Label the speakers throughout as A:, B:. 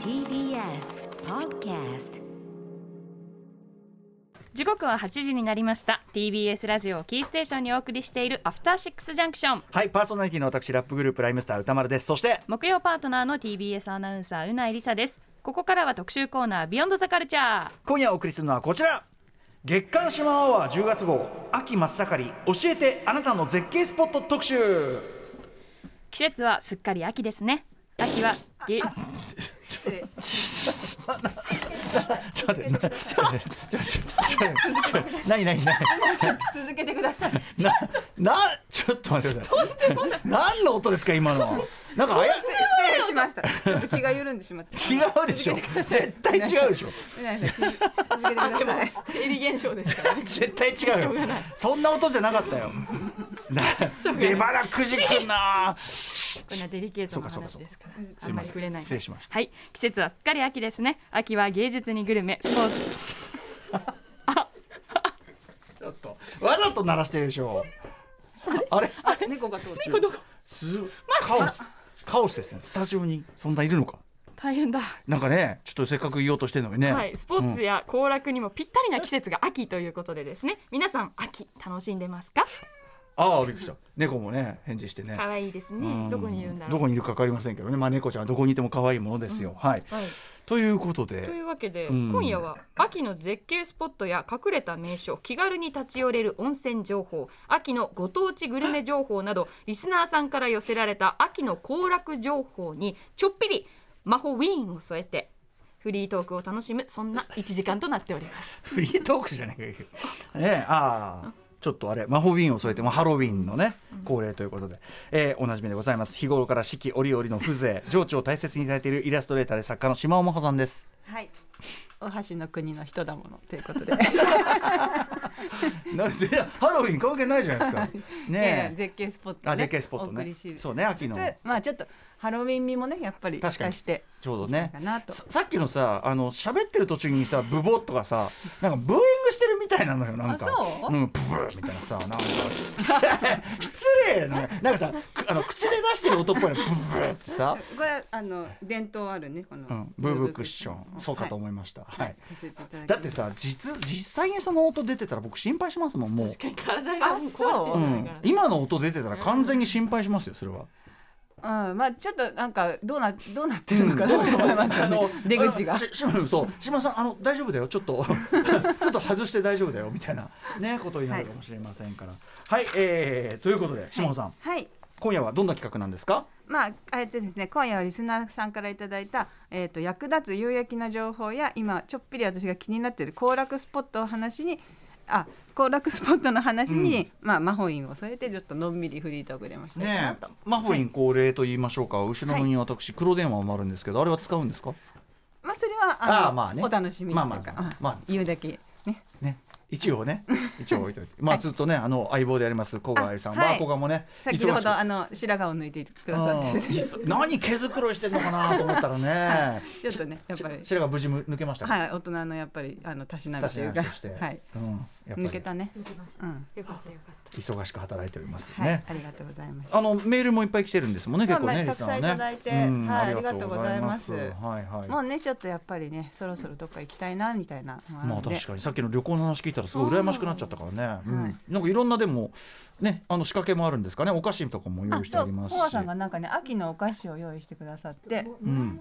A: TBS Podcast
B: 時刻は8時になりました TBS ラジオをキーステーションにお送りしているアフターシックスジャンクション
C: はい、パーソナリティの私、ラップグループライムスター歌丸です。そして、
B: 木曜パートナーの TBS アナウンサーうないりさですここからは特集コーナービヨンドザカルチャー
C: 今夜お送りするのはこちら。月刊シマアワー10月号、秋真っ盛り、教えてあなたの絶景スポット特集。
B: 季節はすっかり秋ですね秋はげ
C: ちょっと待って、なちょっと待ってちょっと待って何 何何
D: 続けてください。
C: な、な、ちょっと待ってください。何の音ですか、今の。なんかあや、
D: 失礼しました。ちょっと気が緩んでしまった。
C: 違うでしょ。絶対違うでしょ。
D: 皆さん続けてください。
E: 生理現象ですからね
C: 絶対違うよそんな音じゃなかったよ。な出花くじくんな。
E: こんなデリケートな
C: そうか
E: 話
C: そうかそうか
E: ですから
C: す
E: あ
C: い
E: んま
C: ま
E: り
C: せ。
E: 触れなんい
C: 失礼しました。
B: はい季節はすっかり秋ですね秋は芸術にグルメスポーツ
C: ちょっとわざと鳴らしてるでしょ。あれ
D: 猫が通って
C: 猫すカオスカオスですね。スタジオにそんないるのか。
E: 大変だ
C: なんかね、ちょっとせっかく言おうとしてるのにね。
E: はい、スポーツや行楽にもぴったりな季節が秋ということでですね皆さん秋楽しんでますか
C: ああびっくりした。猫もね返事してね。
E: 可愛いです
C: うん
E: ねどこにいるんだろ
C: ど
E: う
C: こにいるか分かりませんけどね、まあ、猫ちゃんはどこにいても可愛いものですよ。はい、
E: はい、
C: ということで
E: というわけで、
C: うん
E: 今夜は秋の絶景スポットや隠れた名所気軽に立ち寄れる温泉情報秋のご当地グルメ情報などリスナーさんから寄せられた秋の行楽情報にちょっぴり魔法ウィーンを添えてフリートークを楽しむそんな1時間となっており ます。
C: フリートークじゃねえかよ。ねえああ。ちょっとあれ魔法瓶を添えて、まあ、ハロウィンのね恒例ということで、えーおなじみでございます日頃から四季折々の風情 情緒を大切にされているイラストレーターで作家の島尾真帆さんです
D: はい。お箸の国の人だものということで、
C: なぜハロウィン関係ないじゃないで すか
D: ね
C: ねえ
D: 絶景スポットね。
C: あ絶景スポット
D: お送りし
C: ねそうね秋の
D: まあちょっとハロウィン味もねやっぱり
C: 確かに
D: して
C: ちょうどね
D: かなと
C: ささっきのさあの喋ってる途中にさブボッとか さなんかブーイングしてるみたいなのよなんか
D: あそうん
C: プブーみたいなさなんか失礼ななんかさくあの口で出してる音っぽいのブブーってさ、
D: これはあの伝統あるねこの、
C: うん、ブーブークッションそうかと
D: はい
C: 思いました、はい、
D: させていただきます
C: だってさ実実際にその音出てたら僕心配しますもんもう、
E: 確かに体がもう壊れてる
C: う
E: んじゃない
C: ん
E: かな、
C: 今の音出てたら完全に心配しますよそれは
D: うん、まあちょっとなんかどうなどうなってるのかなと思いますよね、出口 が
C: あ。ししそう島さんあの大丈夫だよちょっ とちょっと外して大丈夫だよみたいなねことになるかもしれませんからはい、えーということで島さん、
D: はい。
C: 今夜はどんな企画なんですか
D: まあ、あれですね、今夜はリスナーさんからいただいた、えっ、と、役立つ有益な情報や、今ちょっぴり私が気になっている行楽スポットを話に。あ、行楽スポットの話に、まあ、魔法院を添えて、ちょっとのんびりフリートーク出ました。
C: ねえマホイン恒例と言いましょうか後ろに私黒電話もあるんですけどあれは使うんですか
D: まあ、それは、の
C: あーまあね
D: お楽しみというか。
C: まあまあまあまあ
D: 言うだけ。ね。
C: ね一応 ね一応置いといてまあずっとねあの相棒であります古賀愛さん
D: あはい
C: は古賀もね
D: 先ほ
C: 忙しく
D: ど、あの、白髪を抜いてくださっ
C: う
D: て
C: ん。実何毛づくろいしてんのかなと思ったらね、
D: ちょっと ね、やっぱり。
C: 白が無事む抜けましたか
D: はい、大人のやっぱり、あの、たしなみ
C: 確
D: という
C: か
D: か。
C: にして、
D: はい。
C: うん、やっぱり
D: 抜けたね。うん。
E: よかったよかった
C: 忙しく働いております
D: はい、
C: ね。
D: ありがとうございました
C: あ。のメールもいっぱい来てるんですもんね、
D: そう
C: 結構ね、
D: まあ
C: リスナーね
D: たくさんいただいて
C: うん
D: はい
C: は
D: あ
C: い
D: りがとう
C: はい。
D: も
C: ま
D: うねちょっとやっぱりねそろそろどっか行きたいなみたいなのがあるんで、
C: あ確かにさっきの旅行の話聞いたらすごい羨ましくなっちゃったからね。う
D: はい
C: ん、なんかいろんなでもね、あの仕掛けもあるんですかね、お菓子とかも用意してありますし。
D: コアさんがなんかね秋のお菓子を用意してくださって
C: うん。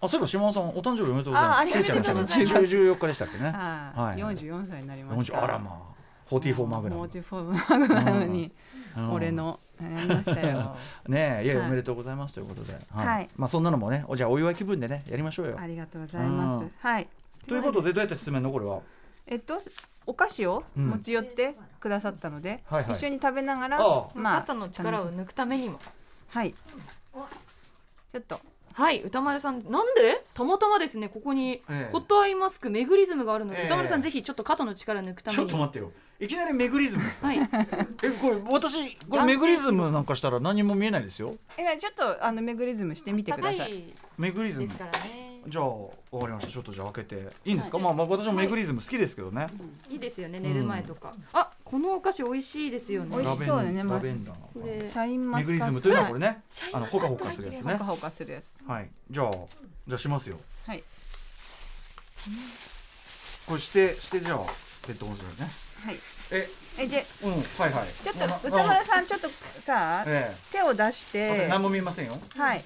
C: あ、そういえば島尾さんお誕生日おめでとうござい
D: あ
C: ま
D: あ
C: す。
D: り
C: せい
D: が
C: ち
D: と
C: ゃ
D: うんご
C: の
D: ざいます
C: 誕生日14日でしたっけね。
D: は
C: はい
D: い、44歳になりま
C: 40
D: した
C: あらまあ、44マグナ
D: もう
C: ム。
D: ちフォーマグナムに
C: うん
D: 俺のなりましたよ
C: ねえ、いやいや
D: はい
C: おめでとうございますということで、
D: はい
C: まあそんなのもね、おじゃあお祝い気分でねやりましょうよ
D: あ。りがとうございます、
C: うん
D: はい
C: ということでどうやって進めるのこれは。
D: えっとお菓子を
C: うん
D: 持ち寄ってくださったので、
C: はいはい
D: 一緒に食べながら
C: ああ
E: 肩の力を抜くためにも
D: はいちょっと
E: はい歌丸さんなんでたまたまですねここに
C: ええ
E: ホットアイマスクメグリズムがあるので、
C: ええ
E: 歌丸さんぜひちょっと肩の力抜くために
C: ちょっと待ってよ。いきなりメグリズムですか。
E: はい
C: えこれ私これメグリズムなんかしたら何も見えないですよ。
D: えちょっとあのメグリズムしてみてくださ
E: 高
D: い
E: い
C: メグリズム
E: で。すからね
C: じゃあわかりましたちょっとじゃあ開けていいんですか、まあまあ私もメグリズム好きですけどね、
E: いいですよね寝る前とか、あこのお菓子美味しいですよね
D: 美味しい
C: ラベン
D: そうだねまあ
C: ラベンダーの
E: これ
D: シャインマ
C: メグ
D: ス
C: リ
D: カ
C: ズ
D: ッ
C: ムと
D: ト
C: いうのはこれね
B: シャイン
C: あの
B: マス
C: ほ
B: カット
C: かほかするやつ
D: ほ
C: ね
D: かほかするやつ
C: はいじゃあじゃあしますよ
D: はい
C: これしてしてじゃあペットボトルね
D: はい
C: え
D: えで
C: うんはいはい
D: ちょっ
C: あな
D: と歌
C: あ
D: 丸さんちょっとさ
C: え
D: 手を出し
C: え
D: て
C: 何も見えませんよ
D: はい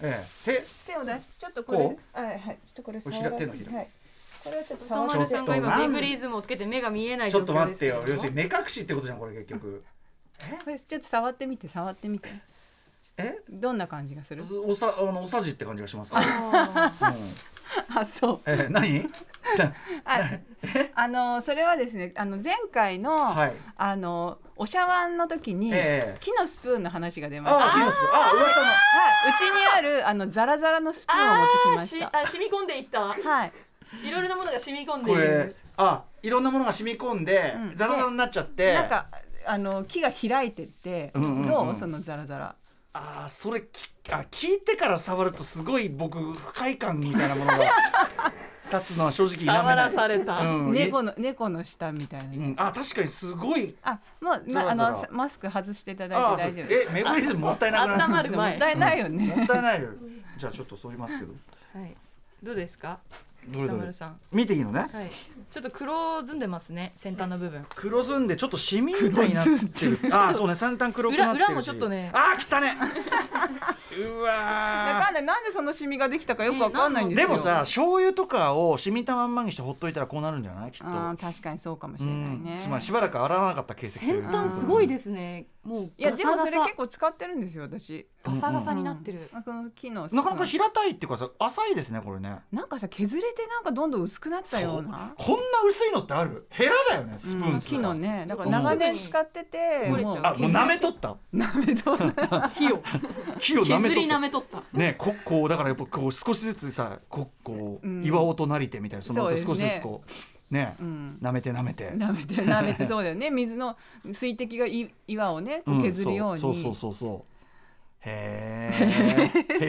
C: ええ手
D: 手を出してちょっとこれ
C: こ
D: はいはいちょっとこれ
C: これ
D: 触ら
C: ひら手のひら
D: はいこれをちょっと
E: 歌
D: 触
E: 丸さんが
C: ちょっ
E: 今
C: とな
E: メ
C: ん
E: グリズムをつけて目が見えない
C: ち
E: 状
C: ょっと
E: 況
C: 待
E: で
C: っ
E: す
C: て
E: けど
C: よ要するに目隠しってことじゃんこれ結局
D: これちょっと触ってみて触ってみて
C: え
D: どんな感じがする
C: おさあのおさじって感じがしますから、うん
D: あそう
C: ええ何
D: ああのそれはですねあの前回の、
C: はい
D: あのお茶碗の時に、
C: ええ
D: 木のスプーンの話が出ました
C: ああキーノスプあ噂の
D: はいうちにあるあのザラザラのスプーンを持ってきまし
E: あ
D: た
E: ーしあ染み込んでいった
D: はい
E: いろいろなものが染み込んでい
C: これ
E: る
C: あいろんなものが染み込んで、
D: うん
C: ザラザラになっちゃって
D: なんかあの木が開いてって、
C: うんうんうん
D: どうそのザラザラ
C: あーそれきあ聞いてから触るとすごい僕不快感みたいなものが立つのは正直否めない
E: 触らされた、
C: うん
D: 猫の猫の下みたいな、
C: いうんあ確かにすごい
D: あもう
C: ザ
D: ま
C: ラ
D: あ
C: ザラ
D: のマスク外していた
C: あ
D: だいて
C: ーそ
D: 大丈
C: う
D: 夫
C: えメグリズムもったいなくな
E: 温ま
C: る
E: る
D: でもも
E: 前
D: ったいないよね、
C: もったいないよじゃあちょっとそういますけど
E: はい、どうですか
C: どれ
E: 歌
C: どれ
E: 丸さん
C: 見ていいのね
E: はい、ちょっと黒ずんでますね先端の部分
C: 黒ずんでちょっとシミみたいになってるあーそうね先端黒くなってるし
E: 裏裏もちょっとね
C: あー来たねうわー
D: わかんないなんでそのシミができたかよくわかんないんです
C: で
D: よ、
C: もさ醤油とかを染みたまんまにしてほっといたらこうなるんじゃないきっと
D: あー確かにそうかもし
C: う
D: れないね、
C: んつまりしばらく洗わなかった形跡とい
E: 先
C: うか
E: 端すごいですねもう
D: いやでもそれ結
E: ガ
D: 構使ってるんですよ私
E: サガサガサになってる、
D: あこの木の
C: なかなか平たいっていうかさ浅いですねこれね
D: なんかさ削れてなんかどんどん薄くなったような
C: こんな薄いのってあるヘラだよねスプーン
D: う
C: っ
D: ん
C: てさ
D: 木のねだから長年使ってて
E: うん
D: もう
E: 折れちゃ
C: あもう舐めとった
D: 舐めとる
E: 木を
C: 木を舐め
E: 削り
C: とっ
E: 舐
C: た
E: めとった
C: ねここうだからやっぱこう少しずつさここう、
D: うん
C: 岩尾となりてみたいなその
D: そうですね
C: 少しずつこうね
D: うん
C: 舐めて舐めて、
D: 舐めて舐めてそうだよね水の水滴がい岩をねこう削るように、
C: そうそうそうそうそうへえ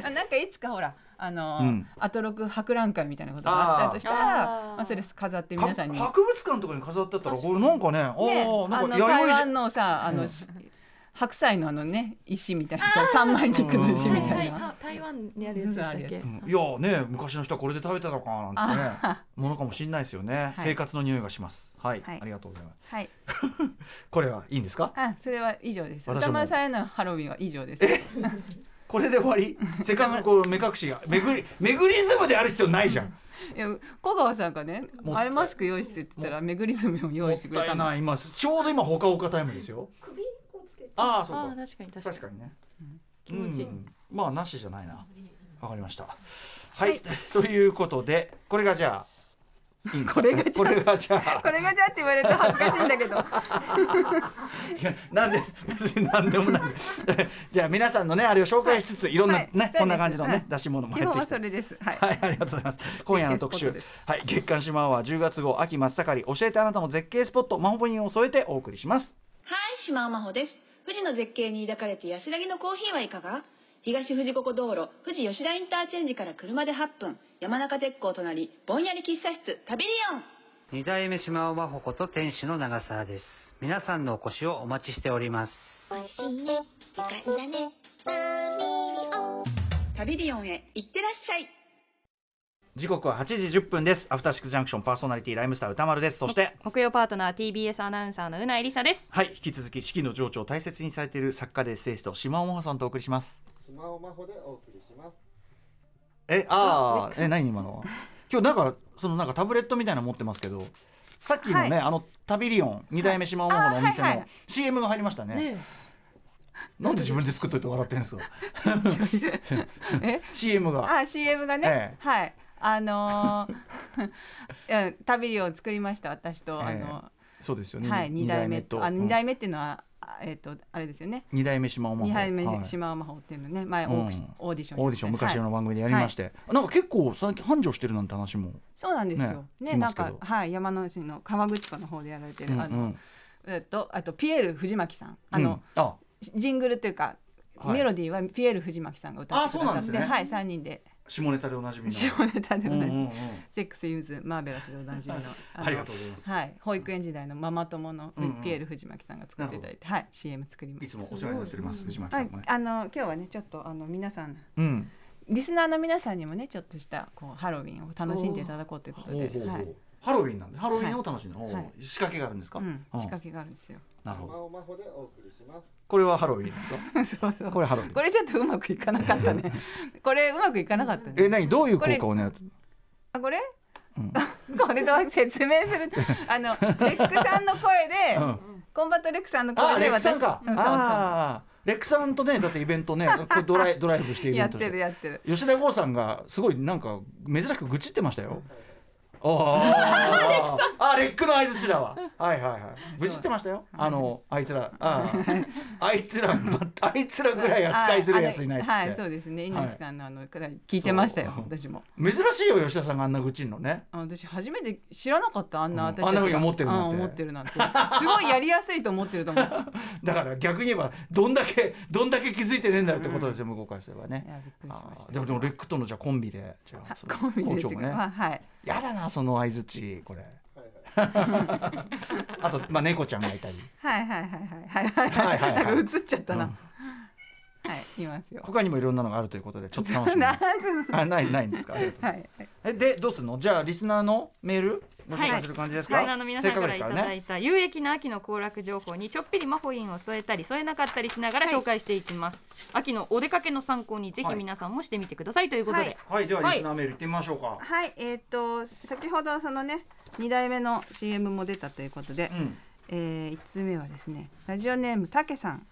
C: へえ
D: あなんかいつかほらあの、
C: うん
D: アトロク博覧会みたいなことがあったとしたら
E: あー
D: まあ、それ飾って皆さんに、ね、
C: 博物館とかに飾ってあったらこれなんかねああな
D: あ
C: んか弥生
D: の台
C: じゃ
D: 湾のさあの、し白菜のあのね石みたいなさ三枚肉の石みたいな、
E: た台湾にあるやつでしたっけ、
C: うんいやね昔の人はこれで食べてたのかなんてね
D: あ
C: ものかもしれないですよね、生活の匂いがしますはい、
D: はい
C: ありがとうございます
D: はい
C: これはいいんですか
D: あそれは以上です
C: 私も
D: 歌丸さんへのハロウィンは以上です
C: これで終わ りせっかくこう目隠しがめぐりめぐりズムである必要ないじゃん
D: いや小川さんがね
C: もったい
D: アイマスク用意してって言ったらめぐりズムを用
C: も
D: 意
C: っ
D: してくれ
C: た
D: た
C: い
D: の
C: ない今ちょうど今ほかほかタイムですよ首つけてああそう
E: あ
C: か
E: あ確かに確かに
C: 確かにね
E: 気持ちいい
C: うんまあなしじゃないなわかりましたはい、ということでこれがじゃあいいんですかこれがじゃあ
D: これがじゃあって言われると恥ずかしいんだけど
C: いやなんで別に何でもない じゃあ皆さんのねあれを紹介しつついろんな
D: はい
C: ね、
D: そうです
C: こんな感じの
D: は
C: ね
D: い
C: 出し物も
D: 基
C: やっ
D: 本
C: て
D: は
C: き
D: そ
C: て。
D: れですはい、
C: はい、ありがとうございます。今夜の特集
D: 絶景スポッ、
C: はい、月刊シマワは10月号秋真っ盛り、教えてあなたの絶景スポット、マンホインを添えてお送りします。
F: はい、島尾真帆です。富士の絶景に抱かれて安らぎのコーヒーはいかが東富士五湖道路、富士吉田インターチェンジから車で8分、山中鉄工隣、ぼんやり喫茶室、タビリオン
G: 二代目島尾真帆こと店主の長澤です。皆さんのお越しをお待ちしております。
H: 美味しいね。時間だね。バーミリオン。
F: タビリオンへ行ってらっしゃい
C: 時刻は8時10分です。アフターシックスジャンクションパーソナリティライムスター歌丸です。そして、
E: 木曜パートナー TBS アナウンサーのうなえりさです
C: はい、引き続き四季の情緒を大切にされている作家でエッセイスト、島尾真帆さんとお送りします。
I: 島尾真帆でお送りします。
C: え、ああ、え、何今のは。 今日なんか、そのなんかタブレットみたいなの持ってますけど。さっきのね、
D: は
C: あのタビリオン、二代目島尾真帆のお店
D: あはいは
C: の
D: い
C: CM が入りましたね。
E: ね
C: なんで自分で作っといて笑ってんですか。
D: え
C: CM が。
D: あ CM がね、
C: ええ
D: はいあのー いやタビリを作りました私と、
C: ええそうですよ
D: あ
C: ね。
D: のはい二代目とあ
C: 二代
D: 二代目っていうのは、あえっ、とあれですよね
C: 目。二代目島尾真帆。
D: 二代
C: は
D: 目
C: い
D: 島尾真帆っていうのね前オ
C: うん
D: ークシオーディション、
C: オーディション昔の番組でやりまして、なんか結構最近繁盛してるなんて話も、
D: そうなんですよ。
C: ね
D: ね
C: 聞きま
D: な
C: す
D: ん
C: けど
D: かはい山梨の川口湖の方でやられてる、
C: うんう
D: あの
C: ん
D: えっとあとピエール藤巻さんあ
C: うん
D: の、
C: あ
D: ジングルというか
C: はい
D: メロディーはピエール藤巻さんが歌って
C: あそう
D: くだ
C: なん
D: さ
C: です
D: って、
C: ね
D: はい、3人で
C: 下ネタでおなじみの。
D: 下ネタで
C: う
D: 同
C: んう
D: じ、
C: んうん
D: セックスユーズマーベラスでおなじみの
C: ありがと
D: う
C: うございます。
D: はい、保育園時代のママ友の
C: うんうん
D: ピエール藤巻さんが作っていただいて、はい、CM 作りま
C: い
D: し
C: つ
D: た。
C: もお世話になっております、藤巻
D: は
C: さ
D: い
C: んもね、。
D: あの今日はねちょっとあの皆さん
C: うん。
D: リスナーの皆さんにもねちょっとしたこうハロウィンを楽しんでいただこうということ
C: ほう
D: で
C: ほうほう
D: はい
C: ハロウィンなんです。ハロウィンを楽しんで、
D: い
C: おう仕掛けがあるんですか。
D: うん、
C: うん
D: 仕掛けがあるんで すよ。
C: なるほ
I: 生
C: ど。
I: を魔法でお送りします。
C: これはハロウィンですか。
D: そうそう
C: これハロウィン。
D: これちょっとうまくいかなかっ たね。これうまくいかなかった
C: え、
D: ね。
C: 何どういう
D: こ
C: 効
D: れ
C: 果をね。
D: あこれ？
C: うん
D: これと説明す るとあのレックさんの声で、
C: うん
D: コンバットレックさんの
C: あ
D: 声
C: レ
D: で
C: ックさんか。
D: うんそうそ
C: ああ、レックさんとね、だってイベントね、これドライドライブしてイ
D: う
C: ベ
D: や
C: ン
D: っ
C: トして
D: るやってる。
C: 吉田剛さんがすごいなんか珍しく愚痴ってました よ。あ あ、あレックの相槌だわ。はいはいはい。愚痴ってましたよ。あのあいつら、あ あ、あいつら、まあいつらぐらい扱いするやついないっつ
D: ああのはい
C: っ
D: そう
C: て。
D: ですね猪木さんのあのくだり聞いてましたよ、
C: そう
D: 私も
C: 珍しいよ吉田さんがあんな愚痴んのね。
D: あ私初めて知らなかったあんな
C: うん
D: 私たちが
C: あんなふうに思ってるなんて
D: あ思ってるなんてすごいやりやすいと思ってると思う んですよ
C: だから逆に言えばどんだけどんだけ気づいてねえんだよってことですよ向こうからすれば
D: い
C: ね。
D: やびっくりし
C: あ
D: まし
C: あ
D: た
C: でもでもレックとのじゃあコンビでじゃあその
D: コンビでっ
C: 今
D: ていう
C: 日も
D: か、
C: ね。
D: まあはい
C: やだなその相槌これ。
I: はいは い。
C: あとまあ猫ちゃんがいたり。
D: はいはいはいはいはい
C: はいはいは
D: はいい。なんか映っちゃったな。
C: うん
D: はい、いますよ。
C: 他にもいろんなのがあるということ でちょっと楽しみに
D: なんつ
C: あないないんです かありがとうござい
D: はいはい。
C: ますえでどうするのじゃあリスナーのメールご紹介する感じですか、
E: リスナーの皆さんからいた
C: せっかく
E: だ
C: で
E: いた有益な秋の行楽情報にちょっぴりマホインを添えたり添えなかったりしながら紹介していきます、秋のお出かけの参考にぜひ皆さんもしてみてくださいということで、
D: はい
C: すからねはいでは
E: はい
C: リスナーメール行ってみましょうか、
D: はい、えっ、と、先ほどそのね、二代目の CM も出たということで、
C: うん
D: えー一通目はですね、ラジオネームたけさん。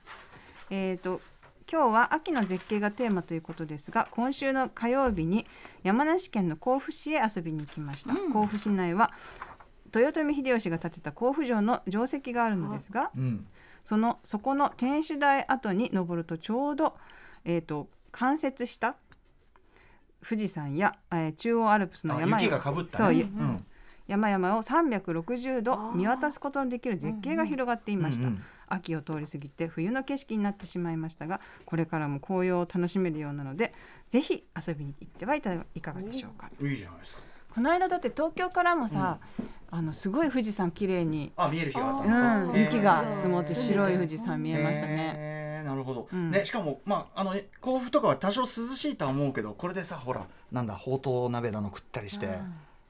D: えっ、と。今日は秋の絶景がテーマということですが今週の火曜日に山梨県の甲府市へ遊びに行きました、甲府市内は豊臣秀吉が建てた甲府城の城跡があるのですが
C: うん
D: そのそこの天守台跡に登るとちょうど、えー、と冠雪した富士山や、えー中央アルプスの
C: あ
D: 山
C: 雪が
D: 々
C: かぶった
D: そう
C: ね
D: ゆ
C: うんうん
D: 山々を360度見渡すことのできる絶景が広がっていました、
C: うんうん
D: 秋を通り過ぎて冬の景色になってしまいましたがこれからも紅葉を楽しめるようなのでぜひ遊びに行ってはいたいかがでしょうか
C: いいじゃないですか
D: この間だって東京からもさ、あのすごい富士山綺麗に、
C: あ見える日があったん
D: う
C: ですか、
D: ん、雪が積もって白い富士山見えましたね、
C: えーなるほど、
D: うん
C: ねしかもまああの甲府とかは多少涼しいとは思うけどこれでさほらなんだほうとう鍋だの食ったりして、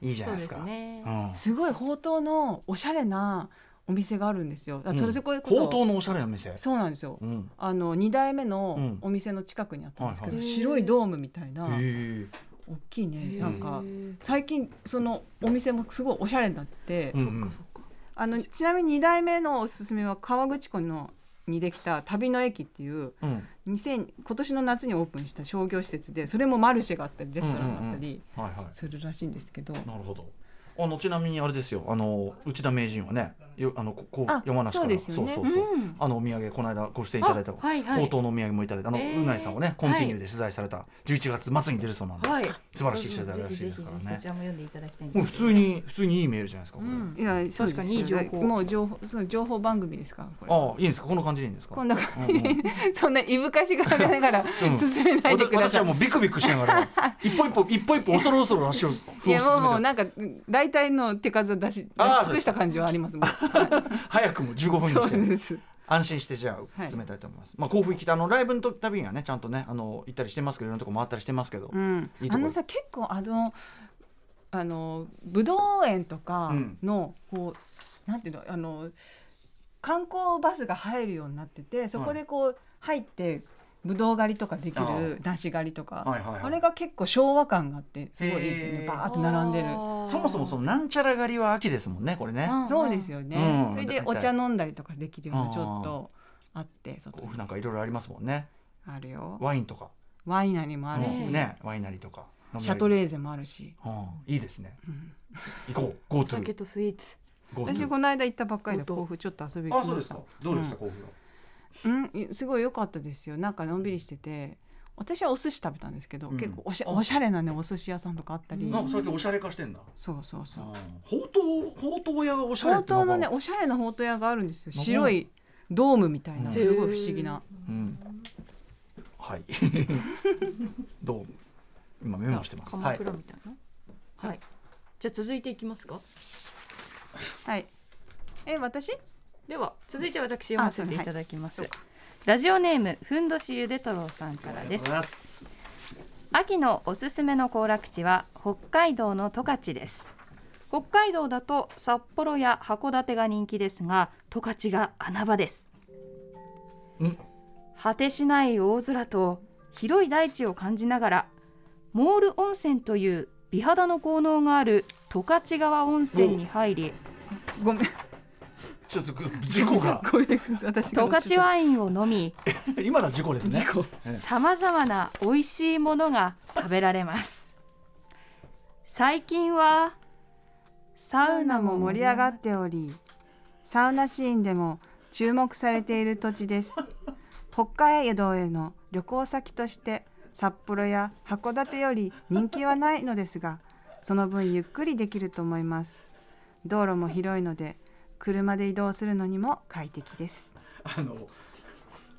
C: いいじゃないですか
E: そうですね
C: うん
D: すごいほうとうのおしゃれなお店があるんですよ。あそれそここそ、
C: ほうとうのおしゃれな店
D: そうなんですよ。
C: うん
D: あの二代目
C: う
D: の
C: ん
D: お店の近くにあったんですけど、
C: はい
E: はい
D: 白いドームみたいな
C: へえ
D: 大きいねなんか最近そのお店もすごいおしゃれになって、
C: うんうん
D: あのちなみに二代目のおすすめは川口湖のにできた旅の駅っていう
C: うん
D: 2000今年の夏にオープンした商業施設でそれもマルシェがあったりレストランがあったり
C: はいはい
D: するらしいんですけど、
C: なるほど。あのちなみにあれですよ。あの内田名人はね、よあのここ
D: あ
C: 山梨から
D: そうですよね
C: そうそうそう
E: うん
C: あのお土産この間ご出演いただいた、
E: あはいはい
C: 宝刀のお土産もいただいた。あの、
E: えー
C: うないさんをねコンティニューで取材された11月末に出るそうなんで、
E: はい
C: 素晴らしい取材らしいですから
E: ぜひぜひそ
C: ね
E: ち。らも読んでいただきたいんで
C: もう
E: す
C: 普通に普通にいいメールじゃないですか。これ
E: うん
D: いやそうです
E: 確かにいい情報
D: もう情報そう情報番組ですからこれ。
C: ああいいんですかこの感じでいいんですか。
D: こんな
C: う
D: 感
C: ん
D: じ、
C: うん
D: そんないぶかしがありなが ら
C: うん
D: 進めないでく
C: わ
D: だ
C: た私
D: さい。
C: はもうビクビクしなが ら一歩一歩一歩一歩恐る恐る足を踏
D: い
C: み
D: やもう
C: 進め
D: もう
C: て
D: なんか大体の手数を出し出
C: あー
D: し尽くした感じはありま すもん。
C: 早くも15分に
D: そ
C: し
D: う
C: て
D: です。
C: 安心してじゃあ
D: はい
C: 進めたいと思います、まあ甲府行きたあのライブのたびにはねちゃんとねあの行ったりしてますけどいろんなとこ回ったりしてますけど、
D: うん
C: いい。とこ
D: あ
C: で
D: の
C: す
D: さ結構あのあのブドウ園とかの、こうなんていうのあの観光バスが入るようになっててそこでこう入って。ブドウ狩りとかでき
C: あ
D: る
C: ー
D: 梨狩りとか、
C: はいはいはい
D: あれが結構昭和感があってすごいいいですよ
C: へ
D: ね
C: ー
D: バーッと並んでる
C: そもそもそのなんちゃら狩りは秋ですもんねこれね、
D: そうですよね、
C: うん
D: それでお茶飲んだりとかできるようなちょっとあって外
C: 甲
D: に
C: 府なんかいろいろありますもんね
D: あるよ
C: ワインとか、
D: ワイナリーもあるし、
C: うんねワイナリーとか飲み
D: シ
C: 屋
D: ャトレーゼもあるし
C: うんいいですね、行こう GoTo
E: 酒とスイーツ
C: GoTo
D: 私この間行ったばっかりで甲府ちょっと遊びに行
C: あ
D: き
C: そう
D: ま
C: で
D: し
C: す
D: た
C: かどうでした甲府は
D: うん、すごい良かったですよなんかのんびりしてて私はお寿司食べたんですけど、
C: うん
D: 結構おしゃおしゃれなねお寿司屋さんとかあったり、
C: なんか最近おしゃれ化してんだ、
D: そうそうそう
C: ほうとうほうとう屋がおしゃれ
D: ほ
C: っ
D: う
C: て
D: とうのね
C: なんか
D: おしゃれなほうとう屋があるんですよ
C: なんか
D: 白いドームみたいな
C: うん
D: すごい不思議な
C: うんはい。 どう今メモしてます。は
E: 鎌
C: い。
E: 倉みたいな。はい。じゃあ続いていきますか。
D: はい。え、私。
E: では続いて私読ませ
D: あそう
E: て
D: ね
E: い
D: はい
E: ただきます。ラジオネームふんどしゆでとろうさんからです。
C: ます。
E: 秋のおすすめの行楽地は北海道の十勝です北海道だと札幌や函館が人気ですが十勝が穴場です
C: うん
E: 果てしない大空と広い大地を感じながらモール温泉という美肌の効能がある十勝川温泉に入り
D: ごめん。
C: ちょっとく事故 が
D: ごめんなさい。私
E: 十
D: が落
E: 勝
D: ちた。
E: ワインを飲み
C: 今だ事故ですね。
E: さまざまな美味しいものが食べられます最近は
D: サウナも盛り上がっており。サウナシーンでも注目されている土地です。北海道への旅行先として。札幌や函館より人気はないのですがその分ゆっくりできると思います道路も広いので車で移動するのにも快適です
C: あの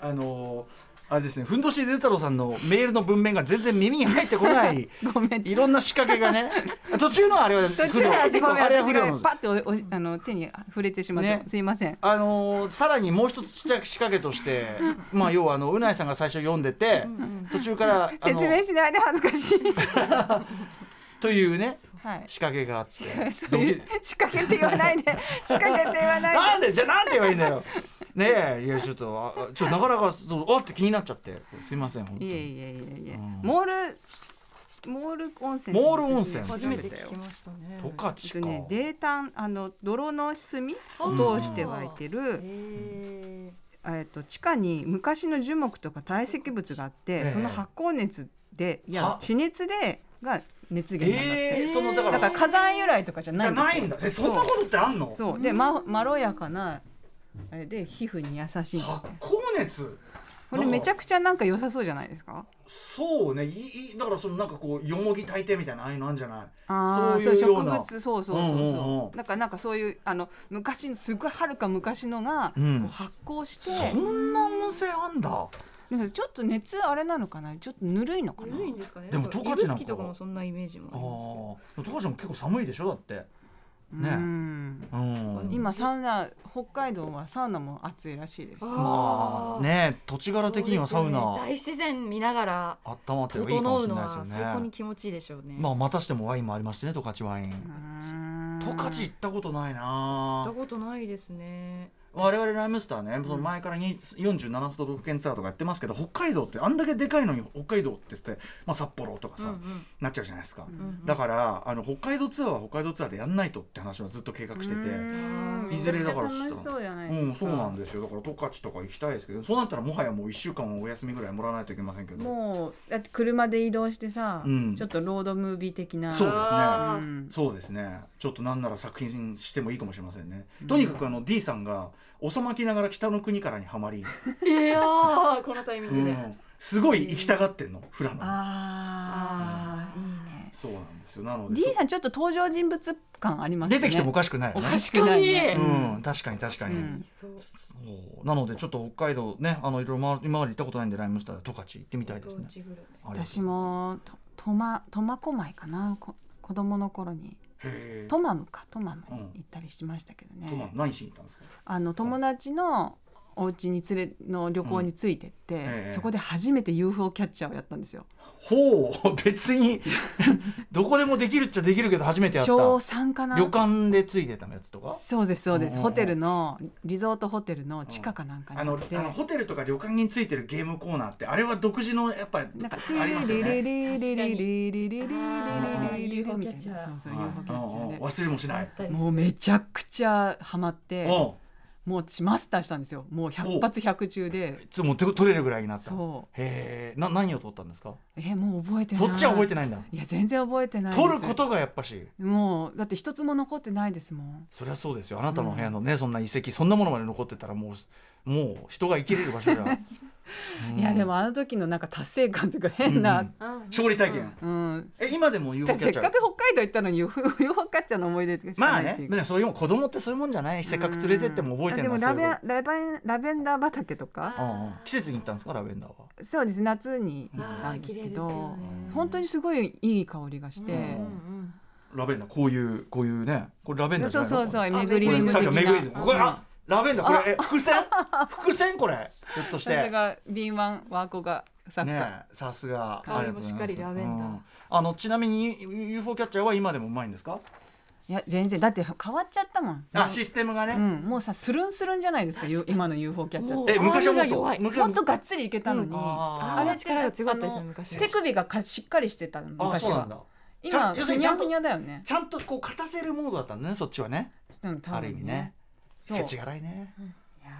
C: あのあれですね。ふんどしで太郎さんのメールの文面が全然耳に入ってこない。
D: ごめん
C: いろんな仕掛けが ね。途中のあれは
D: 途中で味ごめん
C: あれは
D: 私
C: 不良なん
D: が
C: です
D: パッておおあの手に触れてしまって、
C: ね
D: すいません
C: あのーさらにもう一つちっちゃい仕掛けと して、まあ要はあのうないさんが最初読んでて、途中からあ
D: 説
C: の
D: 明しないで恥ずかしい
C: というね
D: はい
C: 仕掛けがあって、
D: そういう仕掛けって言わないで仕掛けって言わな
C: ないん
D: で
C: でじゃあなんて言えばいいんだよ。ねえいやちょっとあちょっとなかなかそうあって気になっちゃってすいません本当
D: いえい
C: に。
D: えいえいえ、
C: ん
D: モールモール温泉
C: モール温泉
E: 初めて聞きましたね
C: 十
D: えっ
C: 勝
D: と
C: か。
D: ね、泥炭あの泥の炭を通して湧いてる、
E: へ
D: えっと地下に昔の樹木とか堆積物があって、
C: ええ
D: その発酵熱でい
C: は
D: や地熱でが熱源なんだって、
C: ええそのだか
D: だからら火山由来とかじゃな
C: じ
D: い
C: ゃないん
D: んですよ
C: だ。えそんなことってあんの？
D: そうでままろやかなあれで皮膚に優しいんだっ
C: 発
D: て
C: 酵熱。
D: これめちゃ
C: く
D: くちゃなんか良さそうじゃないですか
C: そうねいいいだからそのなんかこうよもぎ炊いてみたいなああいうのあるんじゃない？
D: あー
C: そういう
D: それ
C: よう
D: 植
C: な
D: 物そうそうそうそ
C: う
D: う,、
C: んうんうん
D: だからなんかそういうあの昔のすごいはるか昔のが、
C: うん
D: こう発酵して
C: そんな温泉あんだ。
D: でもちょっと熱あれなのかなちょっとぬるいのかな
E: 緩いんですかね
C: でも十勝なんか
E: 指宿とかもそんなイメージも
C: あ
E: あ
C: あー、当時も結構寒いでしょだって。ね
D: うん
C: うん。
D: 今サウナ北海道はサウナも暑いらしいです
E: りますけど
C: まあね、土地柄的にはサウ
E: そう
C: ナ
E: ですよね大自然見ながら
C: あったまって
E: 整
C: はいいかもし
E: う
C: れ
E: の
C: ないですよ
E: は最高に
C: ね。
E: 気持ちいいでしょうね
C: まあまたしてもワインもありましてね、十勝ワイン。十
D: 十
C: 勝行ったことな
E: 行
C: いな
E: った。ことないですね
C: 我々ライムスターね、その前からに47都道府県ツアーとかやってますけど、北海道ってあんだけでかいのに北海道ってって、まあ札幌とか
E: うん
C: さ、
E: うん
C: なっちゃうじゃないですか。
E: うんうん
C: だからあの北海道ツアーは北海道ツアーでやんないとって話はずっと計画してて。いずれだから
D: 楽しそうじゃない
C: うん、
D: です
C: そ
D: か、
C: うなんですよだから十勝とか行きたいですけどそうなったらもはやもう1週間はお休みぐらいもらわないといけませんけど
D: もうだって車で移動してさ、
C: うん
D: ちょっとロードムービー的な
C: そうですね
D: う
E: あ
D: ん
C: そうですねちょっとなんなら作品にしてもいいかもしれませんね、とにかくあの D さんが収まきながら北の国からにはまり、
E: ーいやーこのタイミン
C: う
E: グで、
C: ん、すごい行きたがってんのフラの
D: ああいいね
C: そうなんですよなので
D: D さんちょっと登場人物感あります
C: 出
D: ね
C: てきてもおかしくないよ
D: お
C: ね
D: かしくないね
E: 確
C: う
E: か
C: ん、確かに確かに、
D: うん
C: そうなのでちょっと北海道ねあのいろいろ回る今まで行ったことないんでライムスターで十勝行ってみたいですね
E: ご当地グルメ
C: ありがとう
D: 私もと苫苫小牧かなこ子供の頃に
C: へえ
D: トマムかトマム
C: うん
D: に行ったりしましたけどね、
C: トマ何しに行ったんですか
D: あの友達のお家に連れの旅行についてって、
C: ええ
D: そこで初めて UFO キャッチャーをやったんですよ
C: ほう別 にどこでもできるっちゃできるけど初めてやった
D: 小3かな
C: 旅館でついてたやつとか
D: そうですそうで
C: うん
D: す、
C: うんうん
D: ホテルのリゾートホテルの地下かなんかに
C: あ
D: あ
C: の
D: って、
C: あのホテルとか旅館についてるゲームコーナーってあれは独自のやっぱり
D: なんか
C: ありますよね。
D: リリリリリリリリリリリリリリリみたいなそうそう UFO キャッチャ
C: はいうんうん
D: ーで
C: 忘れもしない。
D: もうめちゃくちゃハマって
C: おう
D: もう私マスターしたんですよもう100発100中で
C: いつも手取れるぐらいになった。
D: そ
C: へえ、な何を取ったんですか。
D: うえもう覚えてない
C: そっちは覚えてないんだ。
D: いや全然覚えてないです
C: 取ることがやっぱし。
D: もうだって一つも残ってないですもん
C: そりゃそうですよ。あなたの部屋のね、そんな遺跡、そんなものまで残ってたらもうもう人が生きれる場所じゃん、うん
D: いやでもあの時のなんか達成感というか変な、
C: うん勝利体験、
D: うん
C: え今でも UFO
D: だっ
C: キ
D: て
C: ャ
D: せ
C: ッ
D: っ
C: チャ
D: か
C: ー
D: く北海道行ったのに UFO キャッチャーの思い出とかしか
C: まあ
D: ないって
C: ね
D: いうか
C: でもそういうもん子供ってそういうもんじゃないせっかく連れてっても覚えてるのは
D: あで
C: そう
D: も
C: いうこ
D: ラベラベンラベンダー畑とか
C: とうんうん季節に行ったんですかラベンダーは
D: そうです夏に行ったんですけど本当にすごいいい香りがして、
C: ラベンダーこういうこういうねこれラベンダーじゃ
D: そう
C: ない
D: そうそう
J: あ
D: メグリズ
C: こ
D: ム
C: れ
D: 的
C: さっ
D: な
C: きのメグリズムこれ
D: さ
C: あラベンダーこれえ伏線 伏線これひょっとし
D: す
C: て
D: が敏腕ワーコが作家、
C: ねさすが
J: 香りもしっかり
C: あがとうござ
J: ラベ
C: います
J: ンダー
C: うんあのちなみに UFO キャッチャーは今でもうまいんですか
D: いや全然だって変わっちゃったもん
C: あシステムが
D: う
C: ね
D: ん、もうさスルンスルンじゃないですかゆ今の UFO キャッチャーっ
J: もう
D: て
C: え昔はもっ
J: 香りが弱
C: と
J: い
C: 昔
D: も
C: は
D: っとがっつりいけたのに、
J: うん
C: あー
D: あれ
J: あ力が強かったですね
D: あの
J: 昔
D: 手首がかしっかりしてたの
C: あ
D: 昔
C: そうなん
D: は
C: だちゃ
D: 今
C: ん要する
D: ふ
C: に
D: に
C: ちゃ
D: ゃ
C: んと
D: ふにゃだよね
C: ちゃんとこう勝たせるモードだったんだねそっちはね
D: うん多分
C: ある意味ね
D: そう
C: 世知辛いね
D: いや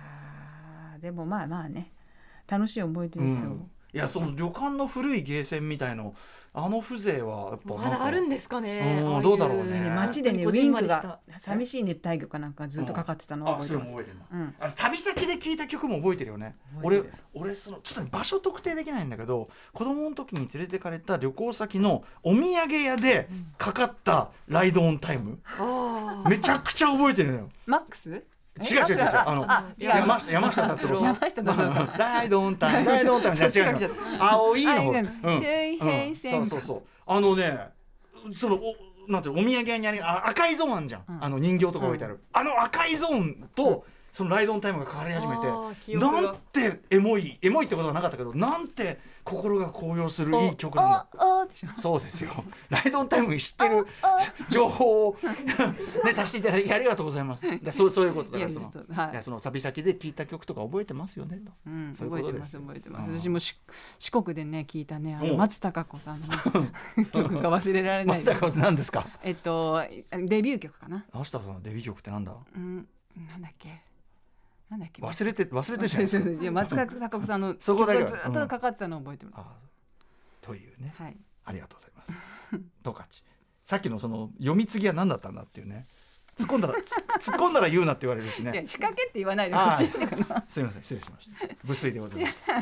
D: ーでもまあまあね楽しい思い出ですよ、
C: うんいやその旅館の古いゲーセンみたいのあの風情はやっぱ
J: ま
C: なん
J: だ
C: か
J: あるんですかね
C: うん
J: ああい
C: どうだろうね
D: で
C: えー
D: 街でねウ
J: 本当
D: ィ
J: に
D: ン
J: こじ
D: ク
J: んまりした
D: が寂しい熱帯魚かなんかずっとかかってたのを
C: あ
D: 覚
C: そ
D: えて
C: れ
D: ま
C: も
D: す、
C: 覚えてるな
D: うん、
C: あの旅先で聞いた曲も覚えてるよね
D: 覚え
C: 俺
D: てる
C: 俺そのちょっとね場所特定できないんだけど子供の時に連れてかれた旅行先のお土産屋でかかったライドオンタイム、
J: あ
C: めちゃくちゃ覚えてるのよ
D: マックス違う
C: 違う違う違うあの
D: あ違う
C: 山下山下達郎さん
D: 山下達郎さん
C: ライドオンタイムライドオンタイムじゃ違う違う青いの方
D: あいいね
C: うん
D: 注意変遷
C: うんそうそうそうあのねそのおなんていうのお土産屋にあれあ赤いゾーンあんじゃん、
D: うん
C: あの人形とか置いてある、あの赤いゾーンとそのライドオンタイムが変わり始めて
J: あー記憶が
C: なんてエモいエモいってことはなかったけどなんて心が高揚するいい曲なんだそうですよライドオンタイムに知ってる情報を ね足していただきありがとうございますだそうそういうことだ
D: い
C: か
D: や
C: らその
D: ちょっとはい
C: いやその旅先で聴いた曲とか覚えてますよねと
D: うん、
C: そういう
D: 覚
C: こ
D: え
C: と
D: て
C: で
D: ますす
C: よ
D: 覚えて
C: あ
D: ま
C: ー
D: す私もし四国でね聞いたねあ
C: おう
D: の松たか子さんのね曲が忘れられない
C: 松
D: です
C: 坂さん何ですか
D: えっとデビュー曲かな
C: 明日さんのデビュー曲ってなんだ
D: うんなんだっけなんだっけ
C: 忘れて忘れてるじゃ ないですか
D: いや松たか子さんの
C: そこだけは
D: 曲がずっとかかってたのを覚えてます、
C: あーというね
D: はい
C: ありがとうございますトカチさっきのその読み継ぎは何だったんだっていうね突っ込んだらつ突っ込んだら言うなって言われるし
D: じゃあ
C: ね
D: 仕掛けって言わないで
C: あ
D: ほ
C: あ
D: しいのかな
C: すみません失礼しました無粋でございました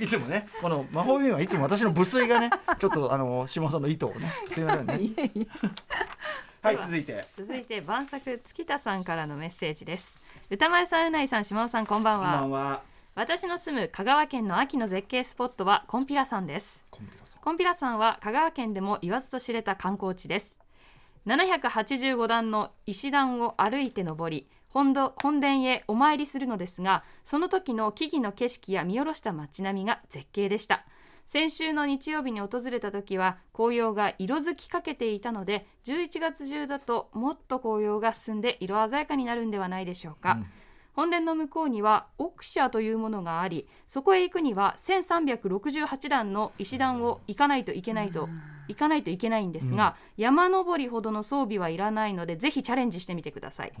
C: いつもねこの魔法瓶はいつも私の無粋がねちょっとあの下さんの意図をねすみません ねはい続いて
E: 続いて晩作月田さんからのメッセージです歌丸さんうないさん島尾さんこんばん
C: こん
E: は
C: ばんは
E: 私の住む香川県の秋の絶景スポットはコンピラ山です
C: コンピラさん
E: コンピラ山は香川県でも言わずと知れた観光地です785段の石段を歩いて登り本堂本殿へお参りするのですがその時の木々の景色や見下ろした街並みが絶景でした先週の日曜日に訪れた時は紅葉が色づきかけていたので11月中だともっと紅葉が進んで色鮮やかになるんではないでしょうか、
C: うん
E: 本殿の向こうには奥社というものがありそこへ行くには1368段の石段を行かないといけないと行かないといけないんですが、山登りほどの装備はいらないのでぜひチャレンジしてみてください、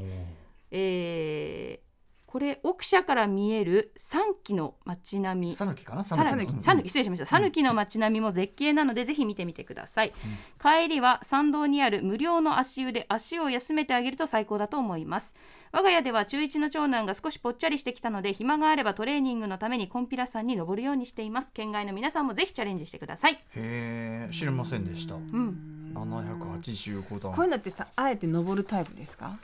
E: えーこれ奥社から見える三期の街並み
C: さぬきかなさ
E: さぬ
C: う
E: き
C: ん
E: さぬき失礼しましたさぬきの街並みも絶景なのでぜひ見てみてください、帰りは参道にある無料の足湯で足を休めてあげると最高だと思います我が家では中1の長男が少しぽっちゃりしてきたので暇があればトレーニングのためにコンピラ山に登るようにしています県外の皆さんもぜひチャレンジしてください
C: へえ知りませんでした
E: うん
C: 785段
D: こういうのってさあえて登るタイプですか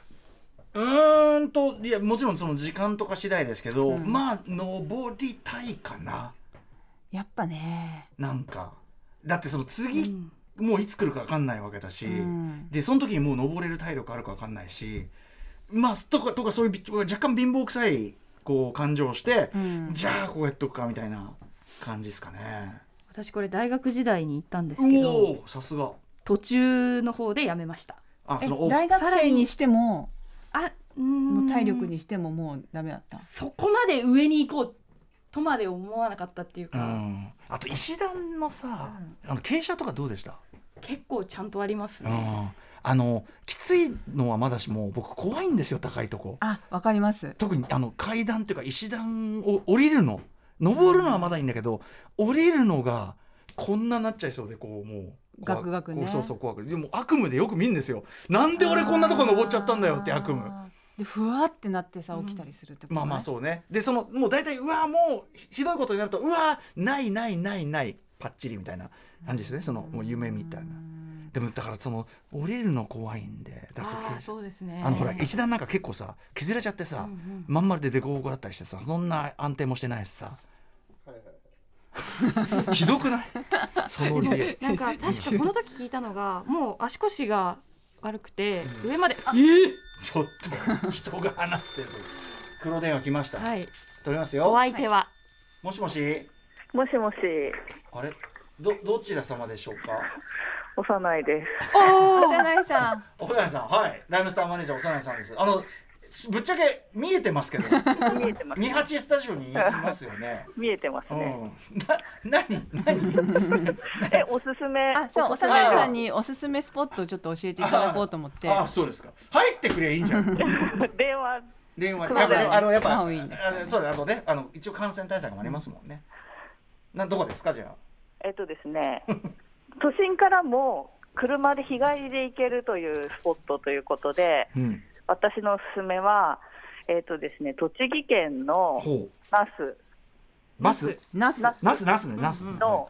C: うーんといやもちろんその時間とか次第ですけど、
D: うん
C: まあ登りたいかな
D: やっぱね
C: なんかだってその次、もういつ来るか分かんないわけだし、
D: うん
C: でその時にもう登れる体力あるか分かんないしまあとかとかそういうび若干貧乏くさいこう感情をして、
D: うん
C: じゃあこうやっとくかみたいな感じですかね。
E: 私これ大学時代に行ったんですけ
C: う
E: ど
C: おーさすが
E: 途中の方でやめました
C: あ
D: え
C: そのお
D: 大学生にしても
E: あうーん
D: の体力にしてももうダメだった
E: そこまで上に行こうとまで思わなかったっていう
C: う
E: か、
C: ん、あと石段のさ、あの傾斜とかどうでした
E: 結構ちゃんとあります
C: う
E: ね、
C: んあのきついのはまだしも僕怖いんですよ高いとこ
D: あわかります
C: 特にあの階段っていうか石段を降りるの登るのはまだいいんだけど、降りるのがこんななっちゃいそうでこうもう怖
D: ガクガクね
C: こうそうそう怖くでも悪夢でよく見るんですよなんで俺こんなとこ登っちゃったんだよって悪夢
D: あでふわってなってさ起きたりするってこと、ね
C: まあまあそうねでそのもう大体うわもうひひどいことになるとうわないないないないパッチリみたいな感じですねそのもう夢みたいなでもだからその降りるの怖いんでだそう
B: ああそうですね
C: あのほら一段なんか結構さ削れちゃってさ、まん丸で凸凹だったりしてさそんな安定もしてないしさ
I: はいはい。
C: ひど くないその理由
B: なんか確かこの時聞いたのがもう足腰が悪くて上まであ
C: ちょっと人が話してる黒電話来ました、
B: はい
C: 取ります
B: お
C: よ
B: 相手は
C: もしもし
K: もしもし、
C: あれどどちら様でしょうか
K: 幼いです。
B: お
D: じゃないさん
C: 小柳さん、はい、ライムスターマネージャー幼いさんです。あの、しぶっちゃけ見えてますけど、
K: 見えてます。
C: 二八スタジオにいますよね。
K: 見えてます
C: う
K: ね。
C: ん、な、なに、なに、
K: え、おすすめ。
D: あそう幼いさん におすすめスポットをちょっと教えていただこうと思って
C: あ、そうですか。入ってくれいいんじゃん。
K: 電話。
C: 電話、
D: まあ
C: あの、あの、やっぱ、
D: ま
C: あ
D: あいいんですかね
C: の、そうだ、あとね、あの、一応感染対策もありますもんね。なん、どこですか、じゃ
K: えっとですね。都心からも車で日帰りで行けるというスポットということで、
C: あ。うん、
K: 私のおすすめは。えっとですね、栃木県の
C: ほう、
K: 那須
C: バス、
D: ナスあ
C: ナス、ナスね、ナス。
K: の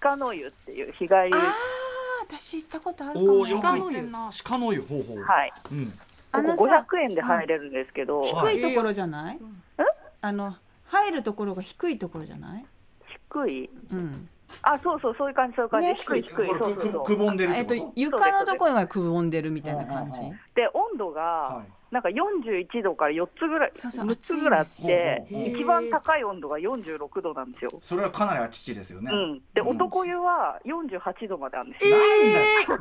K: 鹿の湯っていう日帰り。
D: 私行ったことあるか
C: お
D: も
C: お、よく
D: 低
C: 言ってんな。鹿の湯、ほうほう。
K: はい、
C: うん。
D: あの
K: こ
D: さ
K: こ500円で入れるんですけど、
C: はい
D: いところじゃないあの入るところが低いところじゃない
K: 低い、
D: うん
K: あ、そうそう、そういう感じ、そういう感じ、
D: ね
K: 低い、低い、
C: これ
K: そうそう
C: く
K: そう
C: くくぼんでるっ
D: えっと
C: てこと。
D: 床のところがくぼんでるみたいな感じ
C: うんうんうん
K: で温度が
C: はい
K: なんか41度から4つぐらい、
D: そうそう
K: 6つぐらいあって
C: 暑いん
B: ですよ
K: 一番高い温度が46度なんですよ。
C: それはかなりあちちですよね。
K: うん、で
C: うん
K: 男湯は48度まであるんですよ、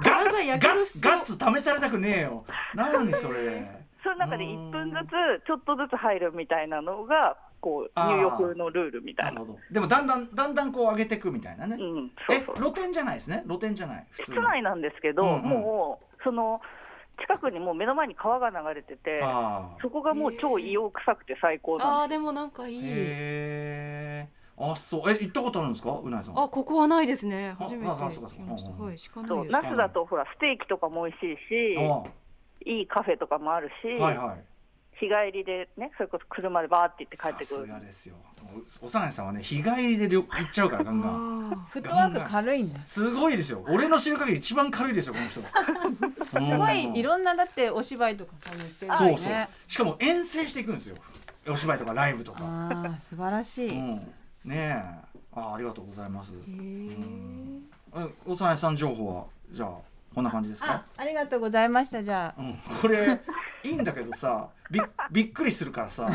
C: なんだよ
B: 体焼
C: ガ
B: けるし
C: ッ
B: そう
C: ガッツ試されたくねえよ。なんそれ。
K: その中で1分ずつちょっとずつ入るみたいなのがこう
C: あー
K: 入浴のルールみた
C: ないる
K: な、
C: ほど。でもだんだんだんだんこう上げていくみたいなね。
K: うん、そう
C: え
K: そう
C: 露天じゃないですね。露天じゃない。普通
K: 室
C: の。
K: 内なんですけど、
C: うんうん
K: もうその近くにもう目の前に川が流れてて
C: ああ。
K: そこがもう超硫黄臭くて最高
B: あ
K: なん
B: ーでもなんかいい
C: へえ。あそう。え行ったことあるんですか、うないさん。
B: あここはないですね初めて
C: ああ
B: 聞
C: そうかそう
B: き
C: か
B: ました
C: うん
B: はい鹿
K: そ
B: の
K: う
B: 湯
K: 那須だとほらステーキとかも美味しいし、
C: あ
K: いいカフェとかもあるし、
C: はいはい。
K: 日帰りでね、それこそ車でバーって行って帰
C: さ
K: ってく
C: す
K: る。
C: がですよ。お幼いさんはね日帰りで旅行っちゃうからガンガン。
B: あ
D: フットワーク軽いんだ
C: すごいですよ。俺の知る限り一番軽いですよこの人。す
D: すごいいろんなだってお芝居とかされてる
C: そうそう
D: ね。
C: しかも遠征していくんですよ。お芝居とかライブとか。
D: ああ素晴らしい、
C: うん、ねえあありがとうございます。
B: ーへー
C: え幼いさん情報はじゃあこんな感じです
D: あ
C: か。
D: ありがとうございましたじゃあ
C: うん、これいいんだけどさびびっくりするからさ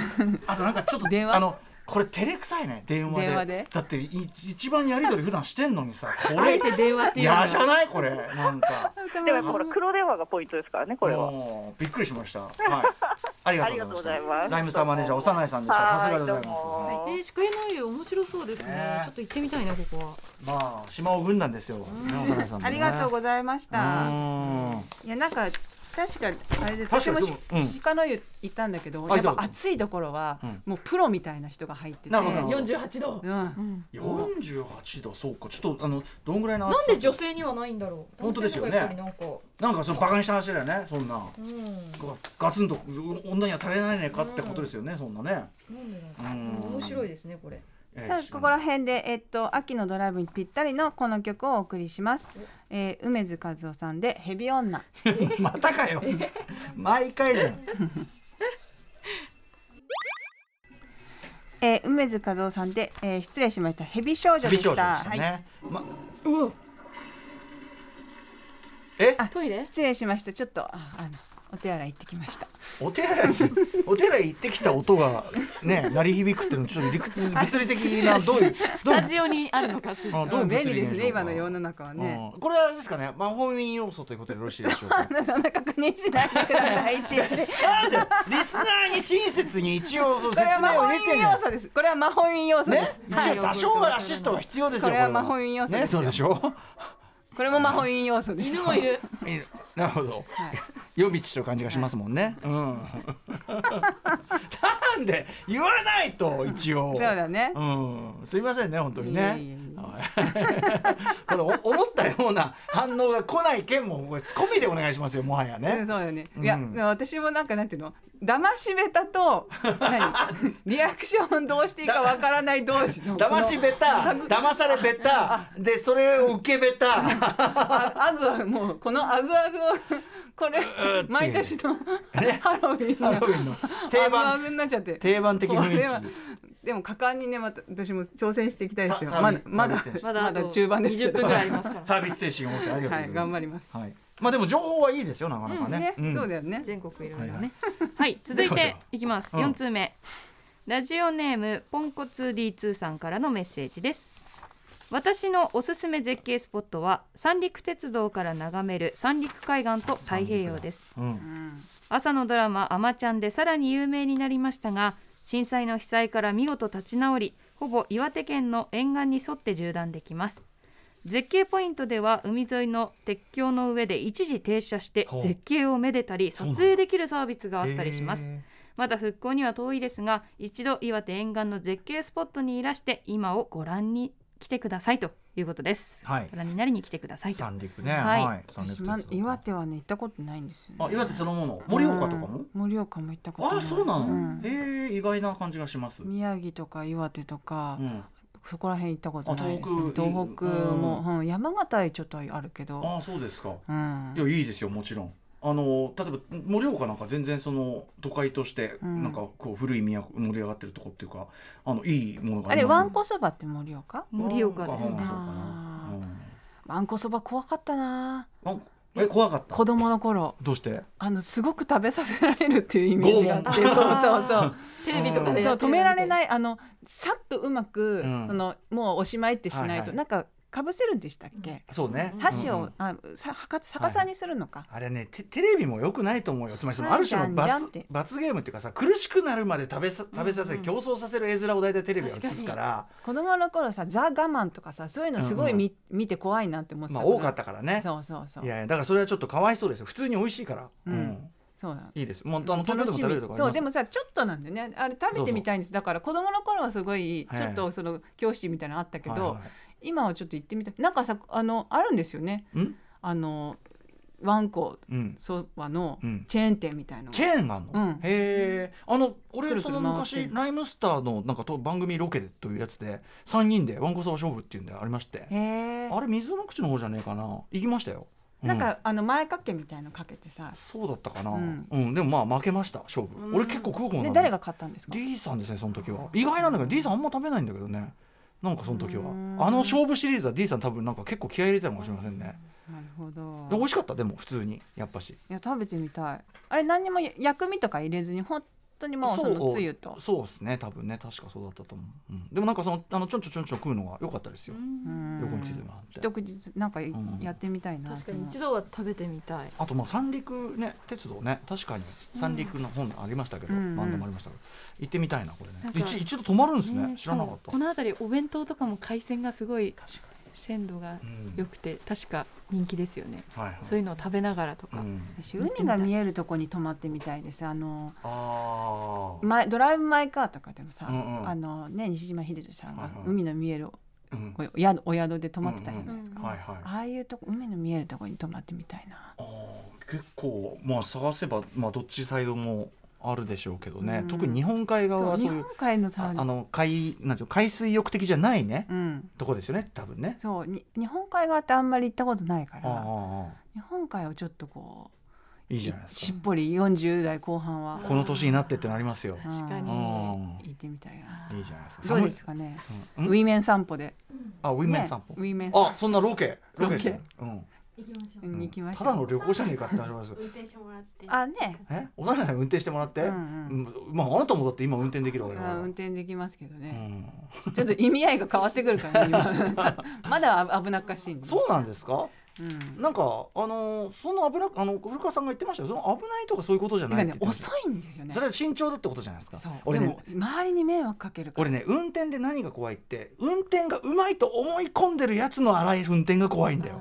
C: あとなんかちょっと
D: 電話
C: あのこれ照れくさいね電話で
D: 電話で
C: だってい一番やり取り普段してんのにさこ
B: あえ
C: れ
B: て電話っていうの
C: 嫌
B: は
C: じゃないこれなんか
K: でもやっぱほら黒電話がポイントですからね、これは。
C: もうびっくりしました。はいありがとうございま
K: あ
C: した。
K: りがとうございます
C: ライムスターマネージャー幼いさんでした。さすがでござい
K: どう
C: ます。はい
K: も
B: えー、宿営の湯面白そうですね
C: ね
B: ちょっと行ってみたいなここは
C: まあ島尾軍団ですよ。幼いさんもね
D: ありがとうございました
C: うん
D: いやなんか確かあれで
C: 確
D: 私
C: か
D: も
C: に
D: し
C: そううん
D: 鹿の湯行ったんだけど
C: あ
D: や
C: 行
D: っぱ
C: ったこと
D: 暑いところは
C: うん
D: もうプロみたいな人が入ってて
C: なるほどなるほど
E: 48度
D: うん
C: 48度そうかちょっとあのどんぐらいの
E: な
C: 暑
E: ん
C: さ
E: で女性にはないんだろう
C: 本当ですよね
E: 男性の方がやっぱりなんか
C: なんかそのバカにした話だよねそんな
E: うん
C: ガガツンと女には足りないねかってことですよね、そんなね
E: なんでなんだ
C: う
E: ろうん面白いですねこれ
C: え
D: さ
C: 知
D: あ
C: らな
D: ここ
C: い
D: ら辺でえっと秋のドライブにぴったりのこの曲をお送りします、えー、梅津和夫さんでヘビ女
C: またかよ毎回じゃん
D: えー、梅津和夫さんで、えー、失礼しましたヘビ少女で
C: 美
D: し
C: 少
D: た
C: 女でした
D: はい、
C: ね、ま
B: うわ
C: え
B: トイレ
D: 失礼しましたちょっとああのお手洗い行ってきました
C: お手洗い にお手洗い行ってきた音がね鳴り響くっていうのちょっと理屈物理的などう いう
B: ス
C: どうい
B: タ
C: う
B: ジオにあるのか っていう
C: あのどういう
D: 便
C: 物理
D: 利です
C: 現象
D: ね
C: か
D: 今の世の中はね、
C: うんこれはあれですかね魔法院要素ということでよろしいでしょう か
D: そんな確認しないでくだ さいいちいち
C: なんでリスナーに親切に一応
D: これは
C: 説
D: 魔
C: 明を
D: 法
C: 入れて
D: 院
C: ん
D: 要
C: の
D: 素ですこれは魔法院要素で
C: ね、、
D: す
C: 一応多少はアシストが必要ですよ。
D: これは魔法院要素
C: ね、
D: です
C: そ
D: よ
C: うでしょ
D: これも魔法院要素です
B: 犬もいる
C: いいなるほど。夜道という感じがしますもんね。うん。なんで言わないと一応。
D: そうだね
C: うん、すいませんね、本当に
D: いえいえい
C: ね
D: えい。
C: これお思ったような反応が来ない件もこれ込みでお願いしますよもはや
D: う
C: ね
D: ん。そうよね。いや、
C: うん
D: 私もなんかなんていうの、騙しべたと、 何、リアクションどうしていいかわからない同士の。
C: 騙しべた騙されべたでそれを受けべ た
D: あアグアグもうこのアグアグをこれ
C: って
D: 毎年の
C: ね
D: ハロウィン
C: ハロウ
D: の
C: ィンの
D: ア
C: 定
D: グア
C: 番
D: グになっちゃって
C: 定番的
D: これ
C: 雰
D: は
C: 囲気。
D: でも果敢にねまた私も挑戦していきたいですよ
C: さ
D: まだまだ
C: サービス
B: ま
D: ま
B: だあと
D: だ中盤ですけ
B: 20分
D: ど
B: ぐらいあり
D: は
B: ますから。
C: サービス精神を持つありがとうござい
D: い
C: ます。
D: 頑張ります
C: はい。まあでも情報はいいですよなかなかね
D: ね。
C: うん
D: そうだよね
B: 全国いろいろ
C: はい
B: ね。はい、続いていきます。
C: うん
B: 四通目。ラジオネームポンコツ D2 さんからのメッセージです。私のおすすめ絶景スポットは三陸鉄道から眺める三陸海岸と太平洋です。
C: うん
B: 朝のドラマ「あまちゃん」でさらに有名になりましたが震災の被災から見事立ち直りほぼ岩手県の沿岸に沿って縦断できます絶景ポイントでは海沿いの鉄橋の上で一時停車して
C: ほう
B: 絶景をめでたり
C: そ
B: 撮
C: うなんだ
B: 影できるサービスがあったりします、
C: へー
B: まだ復興には遠いですが一度岩手沿岸の絶景スポットにいらして今をご覧に来てくださいということです、
C: はい
B: ご覧になりに来てくださいと
C: 三陸ね。
B: はい
C: はい。三陸
D: 私
C: 鉄
D: ま
C: 道
D: 岩手はね行ったことないんですよね
C: あ岩手そのもの盛岡とかも。
D: うん盛岡も行ったこと
C: ああそうなの。
D: ん
C: へえ意外な感じがします。うん。
D: 宮城とか岩手とかそこら辺行ったことないですね
C: あ東北いい
D: 東北もうん山形ちょっとあるけ
C: あ
D: ど
C: あそうですか。
D: うん
C: いやいいですよもちろん。あの例えば盛岡なんか全然その都会として
D: うん
C: なんかこう古い都盛り上がってるとこっていうかあのいいものが
D: あ
C: あり
D: れ
C: ます
D: わ
C: よ
D: んこそばって盛岡
B: 盛岡です
C: あそうか
B: ね
C: なうん
D: わんこそば怖かったな
C: わんえ怖かった
D: 子供の頃
C: どうして
D: あのすごく食べさせられるっていうイメージがあってそうそう そう
E: テレビとかで
D: そう止めら
E: い
D: れないあのさっとうま
C: う
D: く、
C: ん
D: そのもうおしまいってしないと、
C: はいはい
D: なんかかぶせるんでしたっけ、
C: そうね
D: 箸を、
C: うんうん
D: あさはか逆さにするのか、
C: あれねテテレビも良くないと思うよつまりそのあ
D: はい
C: る種の
D: じゃんじゃん
C: 罰
D: って
C: 罰ゲームっていうかさ苦しくなるまで食べさ食べさせ、競争させる絵面を大体テレビが映すから
D: 子供の頃さ「ザ・我慢」とかさそういうのすごい見,、見て怖いなって思って
C: まあ
D: たら
C: 多かったからね
D: そうそうそう
C: いやいやだからそれはちょっとかわいそうですよ普通に美味しいから、
D: うん
C: うん
D: そうだ
C: いいですもうあの東京でも食べるとかあります
D: そうでもさちょっとなんだよねあれ食べてみたいんですだから子供の頃はすごい
C: はい
D: ちょっとその教室みたいなのあったけど、
C: はいはい
D: 今はちょっと行ってみたいなんかさあのあるんですよね
C: ん
D: あのわんこ
C: うん、
D: そばの
C: うん
D: チェーン店みたいなのが
C: チェーンがあんの、
D: うん
C: へえあの
D: く
C: 俺
D: る
C: そ
D: くる
C: の
D: 回っ
C: 昔
D: てる
C: ライムスターのなんかと番組ロケでというやつで3人でわんこそば勝負っていうんでありまして
D: へえ
C: あれ水の口の方じゃねえかな行きましたよ、う
D: なんかあの前掛けみたいのかけてさ、
C: そうだったかな、う
D: うんん
C: でもまあ負けました勝負、俺結構食う方な
D: で
C: の
D: 誰が買ったんですか
C: D さんですねその時は意外なんだけど D さんあんま食べないんだけどねなんかその時は
D: うん
C: あの勝負シリーズは D さん多分なんか結構気合い入れてたのかもしれませんね
D: なるほ
C: で美
D: ど
C: 味しかったでも普通にやっぱし
D: いや食べてみたいあれ何にも薬味とか入れずに本当にもうそのつゆと
C: そうですね多分ね確かそうだったと思う、うん、でもなんかそのあのちょんちょんちょんちょん食うのが良かったですよ
D: うん
C: 横についてるのがあって
D: 一口ずつなんかい
C: ん
D: やってみたいな、
E: 確かに一度は食べてみたい
C: あとまあ三陸ね鉄道ね確かに三陸の本ありましたけど、
D: うんうん
C: バンドもありましたけど行ってみたいなこれ
B: なん
C: ね
B: か
C: 一一度止まるんですね
B: ね
C: 知らなかった
B: この辺りお弁当とかも海鮮がすごい
C: 確か
B: 鮮度が
C: に、うん
B: 良くて確か人気ですよね
C: はいはい
B: そういうのを食べながらとか、
C: うん
D: 私海が見えるとこに泊まってみたいですあの
C: ああ、
D: 前ドライブ・マイ・カーとかでもさ、
C: うんうん
D: あのね、西島秀俊さん
C: は
D: が
C: いはい
D: 海の見える
C: うん
D: お宿お宿で泊まってたじゃないですか、
C: はいはい。あ
D: ああいうとこ海の見えるとこに泊まってみたいな
C: あー、結構まあ探せばまあどっちサイドもあるでしょうけどね。
D: うん
C: 特に日本海側
D: そう
C: は
D: 日
C: そうい
D: 本
C: う
D: 海のさ
C: ああの海なんていうの海水浴的じゃないね
D: うん、
C: とこですよね多分ね。
D: そうに日本海側ってあんまり行ったことないか
C: あーあ
D: ら
C: ーあ
D: 日本海をちょっと
C: ー
D: こ
C: いいうじゃないです
D: しっ
C: か。
D: ぽり40代後半は
C: この年になってってなりますよ。
D: 確
E: かに
C: うん
D: 行ってみたいない
C: いじゃないですか。
D: どう
C: 寒い
D: ですかね
C: う
D: ウ
C: ん
D: ィメン散歩で
C: あウィメン散歩
D: ね。ウィメン散
C: あそんなロケロケですね。うん。
D: 歩に行きましたた
C: だの旅行じゃねえかってなりますよ。
D: あね
C: え、小田さん運転してもらって。
D: う
C: うん
D: うん
C: んまああなたもだって今運転できるわけだか
D: あ
C: ら。
D: 運転できますけど
C: う
D: ね、
C: ん。
D: ちょっと意味合いが変わってくる から、ね、今まだ危なっかしいんで
C: そうなんですか。
D: うん、
C: なんか、あのーその危なく、あの、古川さんが言ってましたよ。その危ないとか、そういうことじゃ
D: て
C: な
D: か
C: いって
D: ね
C: 言ってました
D: 遅いんですよね
C: それは慎重だってことじゃないですか
D: そう。
C: 俺
D: で
C: ね
D: も、周りに迷惑かけるから
C: 俺ね、運転で何が怖いって、運転がうまいと思い込んでるやつの荒い運転が怖いんだよ。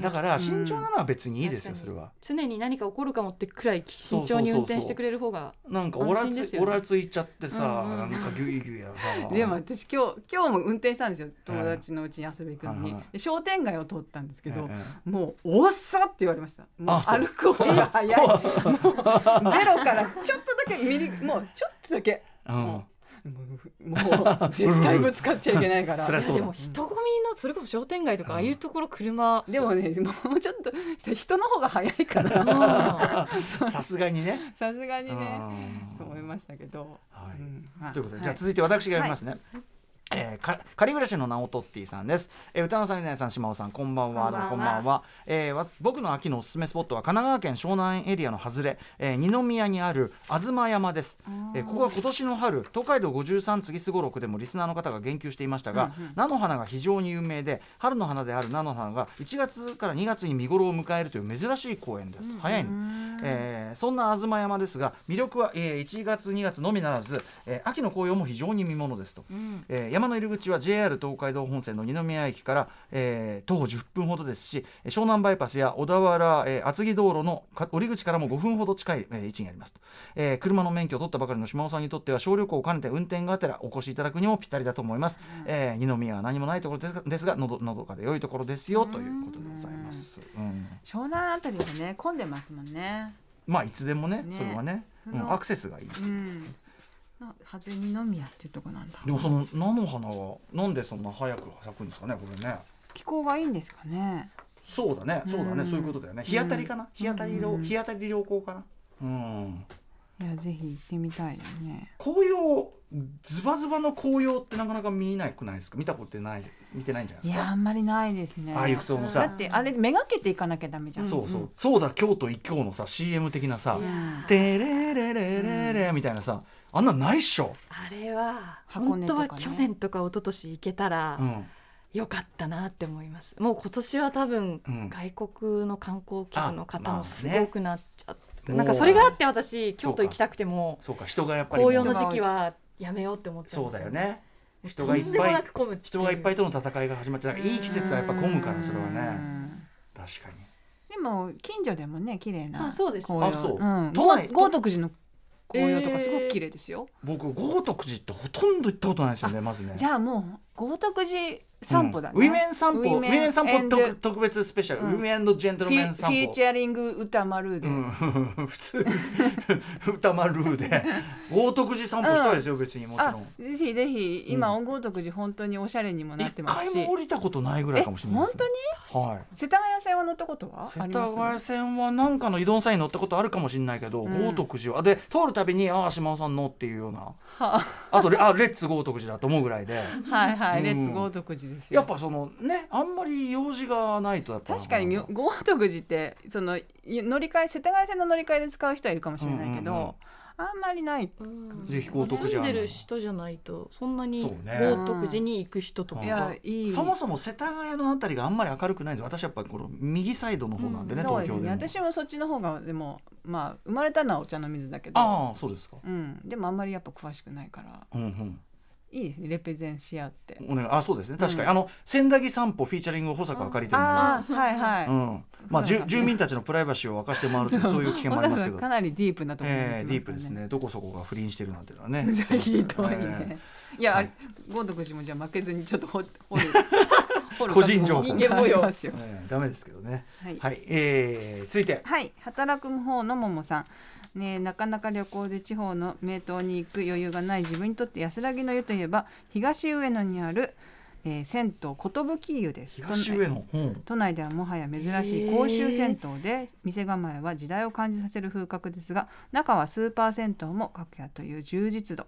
C: だから慎重なのは別にいいですよ、
B: うん
C: それは
B: 常に何か起こるかもってくらい
C: そう
B: 慎
C: そうそうそう
B: 重に運転してくれる方が
C: なんかおら
B: 安心で
C: つ、
B: すよ
C: お
B: ね
C: らついちゃってさ、
B: うんうん
C: なんかギュイギュイやらさ
D: でも私今日今日も運転したんですよ友達のうちに遊び行くの
C: はい
D: に
C: はい
D: で商店街を通ったんですけど
C: え
D: もう「遅っ!」って言われましたもう
C: あそう
D: 歩く方が早いもうゼロからちょっとだけ 右もうちょっとだけ
C: えうん
D: ももうもう絶対ぶつかっちゃいけないから
C: そりゃそう
E: で
C: だ
E: も人混みのそれこそ商店街とか
C: うん
E: ああいうところ車
D: でもねもうちょっと人の方が早いから
E: あ
C: さすがにね
D: さすがにね
C: うん
D: そう思いましたけど。
C: は
D: う
C: い
D: んまあ
C: ということで、じゃあ続いて私が読みますね。えー、か仮暮らしのナオトッティさんです、えー、歌のさん、稲井さん、島尾さん、こんばんは、
D: こんば
C: ど
D: んは
C: うもえーわ僕の秋のおすすめスポットは神奈川県湘南エリアの外れ、えー、二宮にある東山です、えーここは今年の春、東海道53次すごろくでもリスナーの方が言及していましたが、菜の花が非常に有名で、春の花である菜の花が1月から2月に見頃を迎えるという珍しい公園です、早いの、えーそんな東山ですが魅力は、えー1月2月のみならず、えー秋の紅葉も非常に見ものですと、えー山の入り口は JR 東海道本線の二宮駅から、えー徒歩10分ほどですしえー湘南バイパスや小田原、えー厚木道路のか折り口からも5分ほど近い、えー位置にありますと、えー車の免許を取ったばかりの島尾さんにとっては小旅行を兼ねて運転がてらお越しいただくにもぴったりだと思います、えー二宮は何もないところですがですがのどのどかで良いところですよということでございます、うん
D: 湘南あたりはね混んでますもんね。
C: まあいつでもね
D: ね
C: それはね、
D: そ
C: うん
D: の
C: アクセスがいい。
D: うん。の初二宮っていうとこなんだ。
C: でもその菜の花がなんでそんな早く咲くんですかねこれね。
D: 気候がいいんですかね。
C: そうだね、そうだね、
D: うん
C: そういうことだよね。日当たりかな、日当たり良、
D: うん
C: 日当たり良好かな。うん。
D: いやぜひ行ってみたいですね。
C: 紅葉ズバズバの紅葉ってなかなか見ないくないですか。見たことない見てないんじゃない
D: い
C: です
D: やあ
C: か。
D: んまりないですね。
C: ああいう服装もさ
D: だってあれめがけていかなきゃダメじゃん。
C: そうそう、そうだ京都一強のさ CM 的なさ「テレレレレレ」みたいなさあんなないっしょ、
B: れは
D: 箱
B: 本
D: 根
B: 当
D: とかね
B: は去年とか一昨年行けた
C: う
B: ら
C: ん、
B: 良かったなって思いますもう今年は多分
C: うん
B: 外国の観光客の方もす
C: あまあね
B: ごくなっちゃって
C: もう
B: なんかそれがあって私京都行きたくても
C: そうか人がやっぱり
B: 紅葉の時期はやめようって思っちゃ
C: そうだよね人
B: 人
C: が
B: が
C: い
B: い
C: っ
B: っ
C: ぱ
B: ぱ
C: い
B: い
C: 人がいっぱいとの戦いが始まっちゃうなんかいい季節はやっぱ混むからそれは
D: う
C: ね
D: ん
C: 確かに
D: でも近所でもね綺麗な
B: あそうです
D: 紅葉
C: あそうん都内
D: 豪豪徳寺の紅葉とかすごく綺麗ですよ。
C: 僕豪徳寺ってほとんど行ったことないですよねまずね
D: じゃあもう豪徳寺散歩だね。
C: うんウィメン散歩ウィメン散歩
D: and
C: 特特別スペシャル、
D: うん
C: ウィメンジェントル
D: フィ
C: メ
D: フ
C: ン散
D: ィー
C: 歩
D: チャリング歌丸で、
C: うん、 普通歌丸で豪徳寺散歩したいですよ別にもちろ
D: あ
C: ん
D: ぜひぜひ今、
C: う
D: 豪徳寺本当におしゃれにもなっ
C: 一
D: てます
C: 回
D: し
C: も降りたことないぐらいかもしれない
D: 本
C: です、
D: 当に
C: 当にはい
D: 世田谷線は乗ったことはあ
C: 世
D: り
C: 田
D: ま
C: 谷
D: す
C: 線はなんかの移動車に乗ったことあるかもしれないけど、
D: うん
C: 豪徳寺はで通るたびにああ島尾さんのっていうような
D: は
C: あとレあレッツ豪徳寺だと思うぐらいで
D: はい
C: う
D: はい、
C: ん
D: レッツ豪徳寺ですよ
C: やっぱそのねあんまり用事がないとやっぱ
D: 確かに豪徳寺ってそのい乗り換え世田谷線の乗り換えで使う人はいるかもしれないけど、
C: うんうんうん
D: あんまりない
B: うん
C: ぜひ豪徳寺
B: 住んでる人じゃないとそんなに
C: そうね
B: 豪徳寺に行く人とか
C: う
D: い
C: ん
D: やいい
C: そもそも世田谷のあたりがあんまり明るくないんで私やっぱりこの右サイドの方なんでね、
D: そう
C: 東
D: で
C: 京
D: す
C: で
D: ね
C: も、
D: 私もそっちの方がでもまあ生まれたのはお茶の水だけど
C: ああそうですか
D: うん、でもあんまりやっぱ詳しくないから
C: うん
D: いいですねレペゼンし合って
C: う。んお願いあそうですね確かに、あの千駄木散歩フィーチャリング保坂あかりというのがあり
D: あ
C: ます
D: あはいはい、
C: うんまあ、
D: そ
C: 住
D: うなんだ
C: 住民たちのプライバシーを明かして回るというそういう危険もあります けど
D: かなりディープなところに行って
C: え
D: ま
C: ー
D: から
C: ディープです。ねどこそこが不倫してるなんていうのはね
D: ひどい
C: え
D: ね。いや、
C: は
D: あ
C: い
D: れ豪徳寺もじゃあ負けずにちょっと掘る 掘る掘る
C: 個人情報
D: 人間模様ですよ
C: ー。えーダメですけどね
D: はい
C: はい、えー、続いて
D: はい、働く方のももさん。ねえ、なかなか旅行で地方の名湯に行く余裕がない自分にとって安らぎの湯といえば東上野にある、えー、銭湯寿湯です。
C: 東上野、うん
D: 都内ではもはや珍しい公衆銭湯で店構えは時代を感じさせる風格ですが中はスーパー銭湯も各家という充実度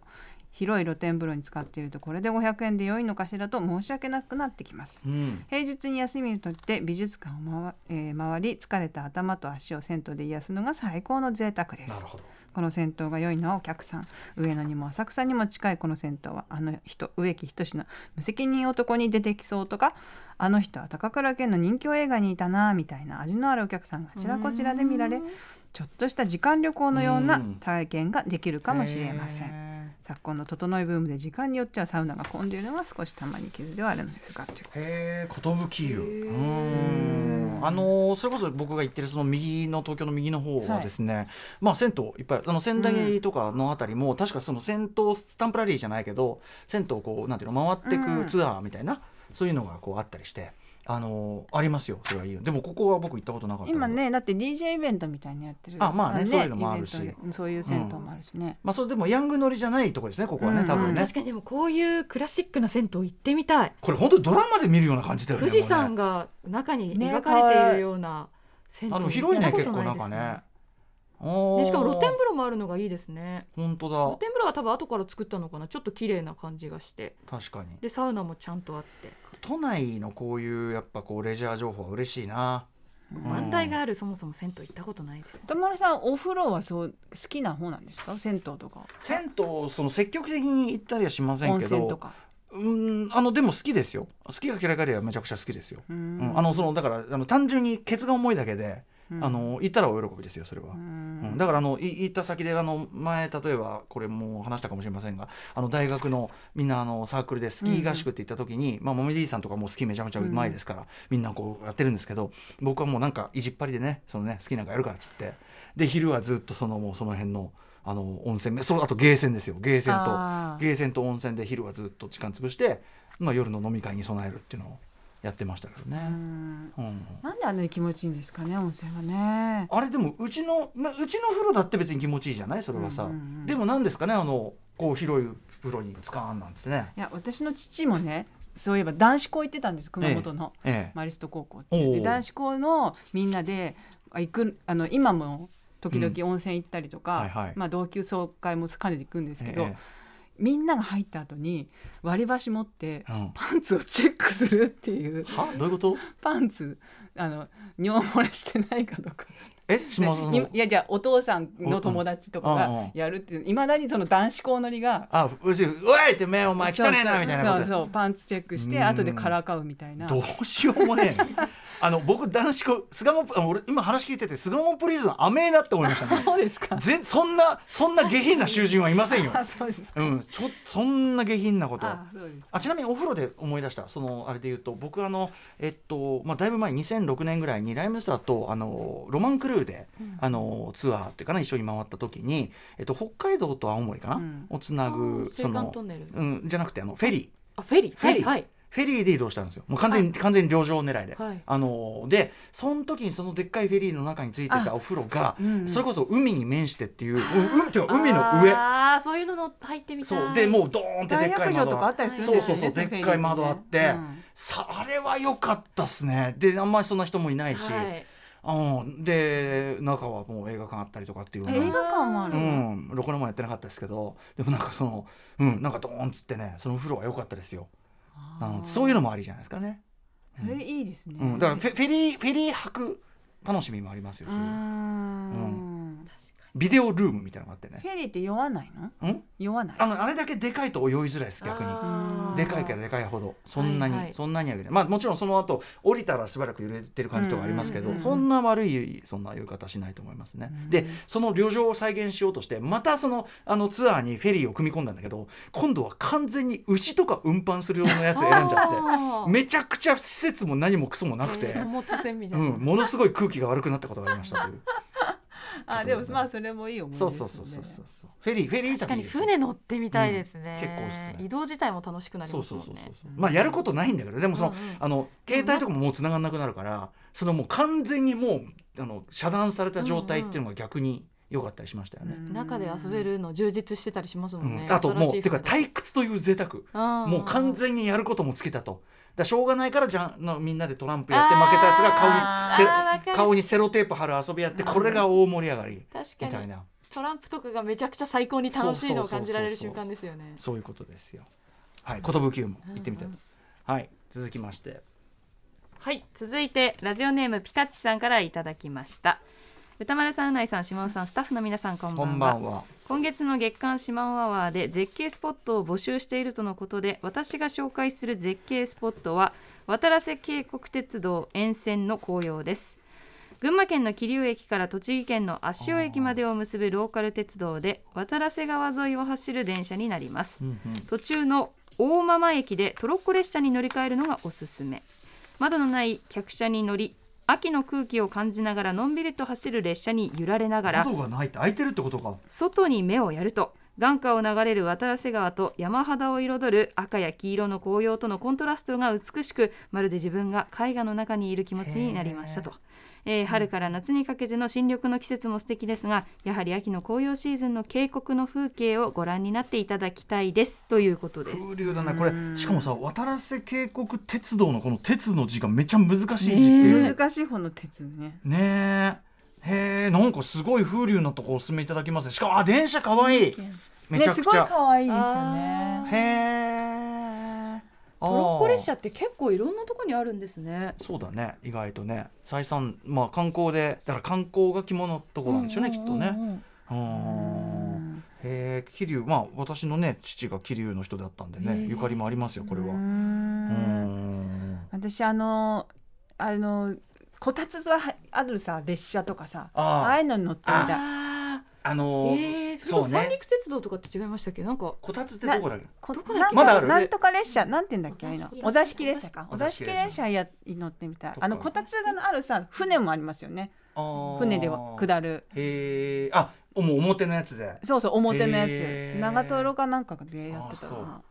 D: 広い露天風呂に使っているとこれで500円で良いのかしらと申し訳なくなってきます
C: うん、
D: 平日に休みを取って美術館を回,、えー回り疲れた頭と足を銭湯で癒すのが最高の贅沢で
C: な
D: す
C: るほど
D: この銭湯が良いのはお客さん上野にも浅草にも近いこの銭湯はあの人植木仁の無責任男に出てきそうとかあの人は高倉健の人気映画にいたなみたいな味のあるお客さんがあちらこちらで見られちょっとした時間旅行のような
C: うん
D: 体験ができるかもしれません
C: ん
D: 昨今の整いブームで時間によってはサウナが混んでいるのは少したまに傷ではあるのですがという
C: へえ寿湯うーんあのーそれこそ僕が行ってるその右の東京の右の方はですね、まあ銭湯いっぱいあるあの仙台とかのあたりも、確かその銭湯スタンプラリーじゃないけど銭湯をこうなんていうの回ってくツアーみたいな、そういうのがこうあったりして。あのーありますよそれはいいよでもここは僕行ったことなかったので
D: 今ねだって DJ イベントみたいにやってる
C: あまあねそういうのもあるし
D: イベントでそういう銭湯もあるしね、
C: まあそれでもヤング乗りじゃないところですねここはね
D: うん
C: 多分ね
E: 確かにでもこういうクラシックな銭湯行ってみたい
C: これ本当にドラマで見るような感じだよね
E: 富士
C: もう
E: 山
C: ね
E: が中に
D: ね
E: 描かれているような銭湯
C: あの広いね
E: 行った
C: 結
E: ことい
C: 構
E: で
C: なん
E: す
C: かね
E: ね
C: ね
E: しかも露天風呂もあるのがいいですね
C: 本当
E: 露天風呂は多分後から作ったのかなちょっと綺麗な感じがして
C: だ確かに
E: でサウナもちゃんとあって
C: 都内のこういうやっぱこうレジャー情報は嬉しいな
E: 万代があるそもそも銭湯行ったことないです
D: 歌丸さんお風呂はそう好きな方なんですか銭湯とか
C: 銭湯その積極的に行ったりはしません
D: 温
C: け
D: 泉と
C: ど
D: か
C: うんあのでも好きですよ好きが嫌いかではめちゃくちゃ好きですよ、
D: う
C: うん、あのそのだからあの単純にケツが重いだけで、
D: うん
C: あの行ったらお喜びですよそれは
D: う。
C: うん
D: ん
C: だからあのい行った先であの前例えばこれもう話したかもしれませんがあの大学のみんなあのサークルでスキー合宿って行った時に、まあ、もみじいさんとかもうスキーめちゃめちゃうまいですから、みんなこうやってるんですけど僕はもうなんか意地っ張りでねそのね好きなんかやるからっつってで昼はずっとそのもうその辺のあの温泉そのあとゲーセンですよゲーセンと
D: あー
C: ゲーセンと温泉で昼はずっと時間潰して、まあ、夜の飲み会に備えるっていうのをやってましたけど
D: う
C: ね。
D: ん
C: うん
D: なんであんなに気持ちいいんですかね温泉はね
C: あれでもうちの、まあ、うちの風呂だって別に気持ちいいじゃないそれはさ、
D: うんうんうん
C: でもなんですかねあのこう広い風呂に使わんなんですね
D: いや私の父もねそういえば男子校行ってたんです熊本の、
C: ええ
D: マリスト高校っ
C: お
D: て
C: う
D: で男子校のみんなであ行くあの今も時々温泉行ったりとか、
C: はいはい
D: まあ、同級総会も兼ねて行くんですけど、
C: え
D: みんなが入った後に割り箸持って
C: えうん
D: パンツをチェックするっていう
C: はどういうこと
D: パンツあの尿漏れしてないかとか
C: え島さん
D: い
C: の
D: やじゃあお父さんの友達とか
C: うんうん
D: がやるっていういまだにその男子校乗りが
C: あうちうわいてめえお前汚ねえなみたいなこと
D: そうそうパンツチェックして
C: うん
D: 後でからかうみたいな
C: どうしようもねえあの僕男子校巣鴨プあ俺今話聞いてて巣鴨プリズン甘えなって思いましたね
D: そうですか
C: ぜそんなそんな下品な囚人はいませんよ、
D: あそうですか
C: うん、ちょそんな下品なこと
D: あそうですか
C: あちなみにお風呂で思い出したそのあれで言うと僕あのえっとまあだいぶ前2006年ぐらいにライムスターとあのロマンクルーで、あのツアーっていうかな一緒に回った時にえっと北海道と青森かな、
D: うん
C: をつなぐそ
E: 青
C: の
E: 函トンネル
C: うんじゃなくてあのフェリー
E: あフェリー
C: フェリー
E: はい
C: フェリーで移動したんですよもう完全に完全に旅情狙いで、
E: はい
C: あのでその時にそのでっかいフェリーの中についてたお風呂が、
D: うんうん
C: それこそ海に面してっていう、うんうん、てか海の上
E: ああそういうのの入ってみたい
C: そうでもうドーンってで
D: 大
C: っかい
D: 浴場
C: 窓
D: と
C: が
D: か
C: あ
D: あ
C: っ
D: ってたりするんですよね
C: そうそうそうでっかい窓あって
D: うん
C: さあれは良かったっすねであんまりそんな人もいないし、
E: はい
C: うん、で中はもう映画館あったりとかっていう
D: え映画
C: の
D: 館もある
C: う
D: の
C: ん、ろくなもんやってなかったですけどでもなんかそのうんなんかドーンっつってねそのお風呂は良かったですよあのそういうのもありじゃないですかね、
D: それいいですね
C: うん、だからフェフェリーフェリー泊楽しみもありますよ
D: う
C: そういう
D: ーん
C: ビデオルームみたいなのがあって
D: フ
C: ね
D: ェリーって酔わないの
C: うん
D: 酔わない
C: あのあれだけでかいと泳いづらいです逆に
E: あー
C: でかいからでかいほどそんなに、
E: はいはい
C: そんなには揺れないまあもちろんその後降りたらしばらく揺れてる感じとかありますけど、
D: うんうんうんうん
C: そんな悪いそんな言い方しないと思いますね、でその旅情を再現しようとしてまたそのあのツアーにフェリーを組み込んだんだけど今度は完全に牛とか運搬するようなやつ選ん じゃってめちゃくちゃ施設も何もクソもなくて、
E: えー貨物船みたい
C: うん
E: な、、
C: ものすごい空気が悪くなったことがあり ましたという
D: あでもまあそれもいい思い出です
C: そう
D: よね
C: そうそうそうそうそうフェリーフェリー
E: 確か
C: 旅
E: に
C: ですよ
E: 船乗ってみたいですね、
C: うん結構おすすめ
E: 移動自体も楽しくなり
C: そ
E: ま
C: う
E: す
C: そ
E: も
C: うん
E: ね
C: そうそうそう、まあやることないんだけどでもその,、
E: うんうん
C: あの携帯とかももう繋がんなくなるからそのもう完全にもうあの遮断された状態っていうのが逆に良かったりしましたよね。
E: 中で遊べるの充実してたりしますも
C: うんん
E: ね、
C: あともう
E: 新し
C: て
E: い
C: いうか退屈という贅沢
E: あー
C: もう完全にやることもつけたとだからしょうがないからじゃんのみんなでトランプやって負けたやつが顔に
E: あー
C: せ
E: あーわかる
C: 顔にセロテープ貼る遊びやってこれが大盛り上がり
E: 確か
C: み
E: に
C: たいな
E: トランプとかがめちゃくちゃ最高に楽しいのを
C: そうそうそうそう
E: 感じられる瞬間ですよね。
C: そういうことですよ。はい、寿も行ってみたいと、はい続きまして
E: はい、続いてラジオネームピカッチさんからいただきました。歌丸さん、うないさん、島尾さん、スタッフの皆さん、こんば
C: こ
E: んは。
C: んばんは。
E: 今月の月刊シマオアワーで絶景スポットを募集しているとのことで私が紹介する絶景スポットは渡良瀬渓谷鉄道沿線の紅葉です群馬県の桐生駅から栃木県の足尾駅までを結ぶローカル鉄道で渡良瀬川沿いを走る電車になります
C: うんうん
E: 途中の大間々駅でトロッコ列車に乗り換えるのがおすすめ窓のない客車に乗り
B: 秋の空気を感じながらのんびりと走る列車に揺られながら
C: 窓がないって開いてるってことか
B: 外に目をやると眼下を流れる渡良瀬川と山肌を彩る赤や黄色の紅葉とのコントラストが美しくまるで自分が絵画の中にいる気持ちになりましたと、えー春から夏にかけての新緑の季節も素敵ですがやはり秋の紅葉シーズンの渓谷の風景をご覧になっていただきたいですということです
C: 風流だねこれしかもさ渡良瀬渓谷鉄道のこの鉄の字がめちゃ難しい字っていうね
D: 難しい方の鉄ね
C: ねえへえなんかすごい風流なとこお勧めいただきますねしかもあ電車かわいいめちゃくちゃ、
L: 可愛いですよね。
C: へえ
L: トロッコ列車って結構いろんなとこにあるんですね。
C: そうだね意外とね採算まあ観光でだから観光が肝のところなんでしょうね、きっとね。うんへえ桐生まあ私のね父が桐生の人だったんでねゆかりもありますよこれは。
D: うー
C: うんん
D: 私あのあのこたつがあるさ列車とかさ
C: あ
D: あ
C: あ
D: あいうのに乗ってみたい
L: あ
C: あ
L: あ、
C: のー
L: ええ、それ
C: そ
L: こ
C: う
L: そ
C: ね
L: 三陸鉄道とかって違いましたっけ？なんか
C: こたつってどこだっけ
D: こ
L: どこだっ
D: なん
L: け
D: か
C: まだある
D: なんとか列車なんて言うんだっけああいうの
L: お
D: お
L: 座
D: 座
L: 敷
D: 敷
L: 列
D: 列
L: 車
D: 車か
C: お
D: お
C: 座
D: 座
C: 敷
D: 敷
C: 列車
D: 列車や乗ってみたい
C: とか
D: あのこたつがあるさ船もありますよね
C: あー
D: 船では下る
C: へえあもう表のやつで
D: そうそう表のや
C: へ
D: つ
C: ー
D: 長瀞かなんかでやってたか
C: あ
D: な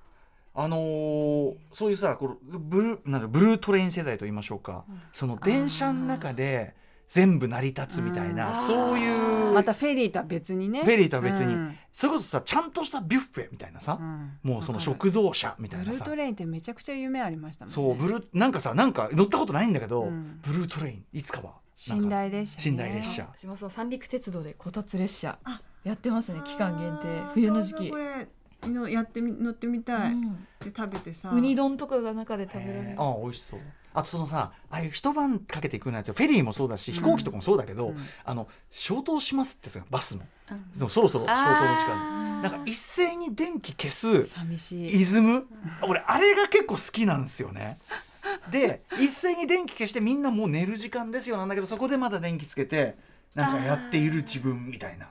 C: あのーそういうさこのブルーなんかブルートレイン世代と言いましょうか、その電車の中で全部成り立つみたい
D: あ
C: なそういう
D: またフェリーとは別にね
C: フェリーとは別に、
D: うん
C: それこそさちゃんとしたビュッフェみたいなさ
D: う、ん
C: もうその
D: わかる
C: 食堂車み
D: ブ
C: たい
D: ル
C: な
D: ー
C: さ
D: トレインってめちゃくちゃ夢ありましたもんね
C: そうブルーなんかさなんか乗ったことないんだけど、
D: うん
C: ブルートレインいつかはなん
D: 寝
C: か
D: 台列車ね
C: 寝台列車
E: 島さん三陸鉄道でこたつ列車やってますね期間限定
D: あー
E: 冬の時
D: そうそう
E: 期
D: これのやってみ乗ってみたい、
E: うん
D: で食べてさ
E: ウニ丼とかが中で食べられる
C: へーあ美味しそうあとそのさああいう一晩かけていくようなやつフェリーもそうだし飛行機とかもそうだけど、
D: うん
C: あの消灯しますってさバスの、
E: うん
C: でもそろそろ消灯の時間
E: あー
C: なんか一斉に電気消す
D: 寂しい
C: イズム俺あれが結構好きなんですよねで一斉に電気消してみんなもう寝る時間ですよなんだけどそこでまだ電気つけてなんかやっている自分みたいな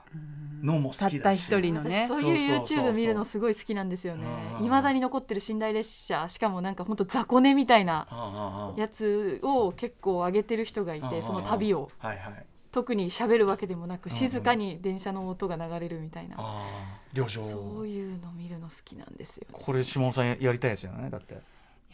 C: のも好
D: たっ
C: き
D: た
C: だし
D: 一人のね
E: 私そういう
C: そうそうそうそう
E: YouTube 見るのすごい好きなんですよね
C: うん
E: いまだに残ってる寝台列車しかもなんかほんと雑魚寝みたいな
C: ああああ
E: やつを結構上げてる人がい
C: ああ
E: てその旅を
C: はいはい
E: 特に喋るわけでもなく
C: うんうん
E: 静かに電車の音が流れるみたいな
C: ああ旅情
E: そういうの見るの好きなんですよね
C: これ下尾さんややりたいですよねだって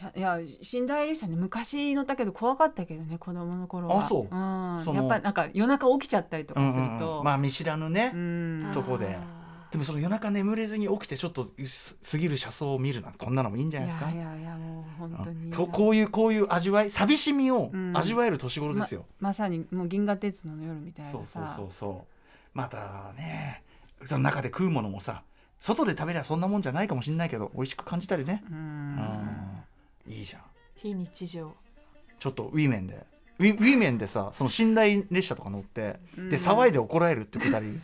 D: いやいや寝台列車ね昔乗ったけど怖かったけどね子供の頃は
C: あそうんその
D: やっぱなんか夜中起きちゃったりとかすると、
C: まあ見知らぬね、
D: うん
C: とこで
E: あ
C: でもその夜中眠れずに起きてちょっとす過ぎる車窓を見るなんてこんなのもいいんじゃない
D: い
C: ですか
D: やいやいやもう本当に
C: ここういうこういう味わい寂しみを
D: うん
C: 味わえる年頃ですよ、
D: まさにもう銀河鉄道の夜みたいな
C: そ
D: さ
C: うそうそうそうまたねその中で食うものもさ外で食べりゃそんなもんじゃないかもしれないけど美味しく感じたりね、
D: う
C: うんん、いいじゃん
E: 非日常
C: ちょっとウィーメンでウィウィーメンでさその寝台列車とか乗って、
D: うん
C: で騒いで怒られるってくだり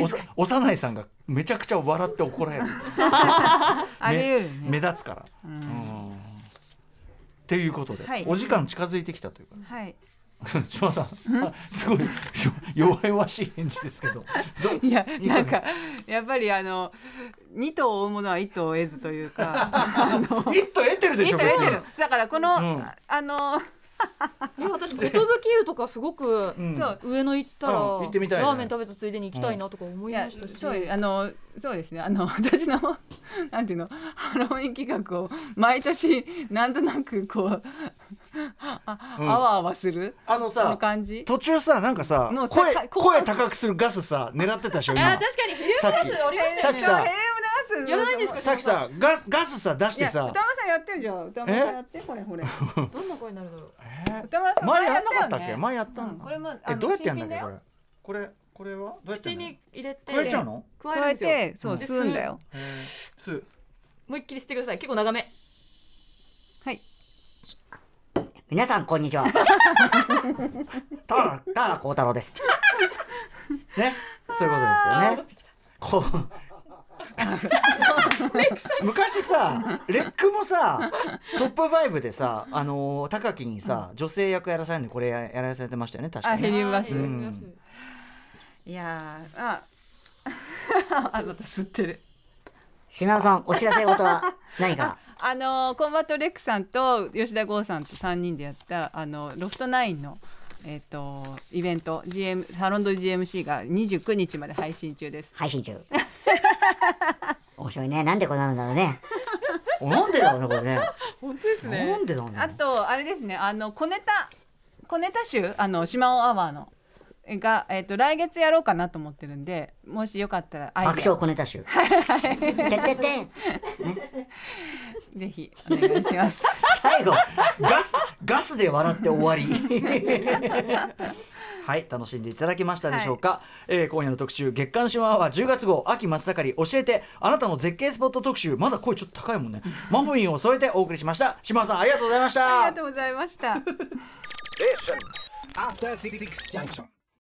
C: おさ幼いさんがめちゃくちゃ笑って怒られる
D: あり得るね
C: 目立つから。
D: う
C: うんんっていうことで、
D: はい
C: お時間近づいてきたというか
D: はい
C: 島さん、 すごいしょ弱々しい返事ですけど、ど
D: いや
C: いいか
D: なんかやっぱりあの二頭を追うものは一頭を得ずというかあの
C: 一頭得てるで
D: 見
C: しょ、
D: て
C: 別
D: る見て
C: に
D: る。だからこの、
C: うん
D: ああの
E: いや私寿湯とかすごく
C: うん
D: そう
E: 上野行ったら
C: うん
E: ラ
C: 行ってみたいね
E: ーメン食べたついでに行きたいなとか思
D: い
E: い
D: や
E: ましたし
D: そうよあのそうですねあの私のなんていうのハロウィン企画を毎年なんとなくこうあ,、
C: うん
D: あわあわする
C: あの
D: その
C: さ、
D: 感じ
C: 途中さ、なんかさ
D: もう、さ
C: 声
D: か後
C: 声
D: 半
C: 高くするガスさ、狙ってたでしょ、
E: あ
C: 今
E: ー。確かにヘリウム
C: さっき
E: ガスありました
C: さっ
E: よ
C: き
E: ね
D: ちょ
C: さ
D: ヘレムダンス
E: やらないんですか
C: さっきさ、ガスガスさ出し
D: い
C: て
D: や
C: さ
D: 歌、丸さんやってるじゃん歌丸さんやってこれこれ
E: どんな声になるだろう
C: えー
D: 歌丸さん
C: 前やんなかった
D: よ
C: っ
D: ね
C: け？前やったの
D: うん
C: か
D: これもあの
C: え、どうやってやんだっけ
D: 新
C: こ
D: 品
C: れ？これこれはどうやって
E: 口
C: やんの？
E: に入れて
C: これちゃうの？
E: 加え
D: 加
E: る
D: え
E: んですよ
D: てそううん吸うんだよ
C: へーす、
E: 思いっきり吸ってください結構長め
D: はい
M: 皆さんこんにちは。
C: たら
M: 田原幸太郎 です。ね、そういうことですよね。こう
C: 昔さレックもさトップ5でさあのー高木にさ女性役やらされるのにこれややらされてましたよね確か
D: あヘ
C: に
D: リウムガス
E: あーヘリウムガス
C: うん
D: いやーああまた吸ってる
M: 島尾さんお知らせ事は何か
D: あのコンバットレックさんと吉田剛さんと3人でやったあのロフトナインの、えー、とイベント GM サロンド GMC が29日まで配信中です。
M: 配信中面白いねなんでこうなるんだろうね
D: なん
M: でだろうねこれね
D: 本当ですね
M: なんでなんだろ
D: あとあれですねあの小ネタ小ネタ集あの島尾アワーのが、えー、と来月やろうかなと思ってるんでもしよかったらアイデア
M: 爆笑小ネタ集てってってん
D: ぜひお願いします
M: 最後ガスガスで笑って終わり
C: はい楽しんでいただけましたでしょうか、えー今夜の特集月刊シマワは10月号秋真っ盛り教えてあなたの絶景スポット特集まだ声ちょっと高いもんねマフィンを添えてお送りしました島尾 さんありがとうございました
D: ありがとうございました
I: After Six Junction.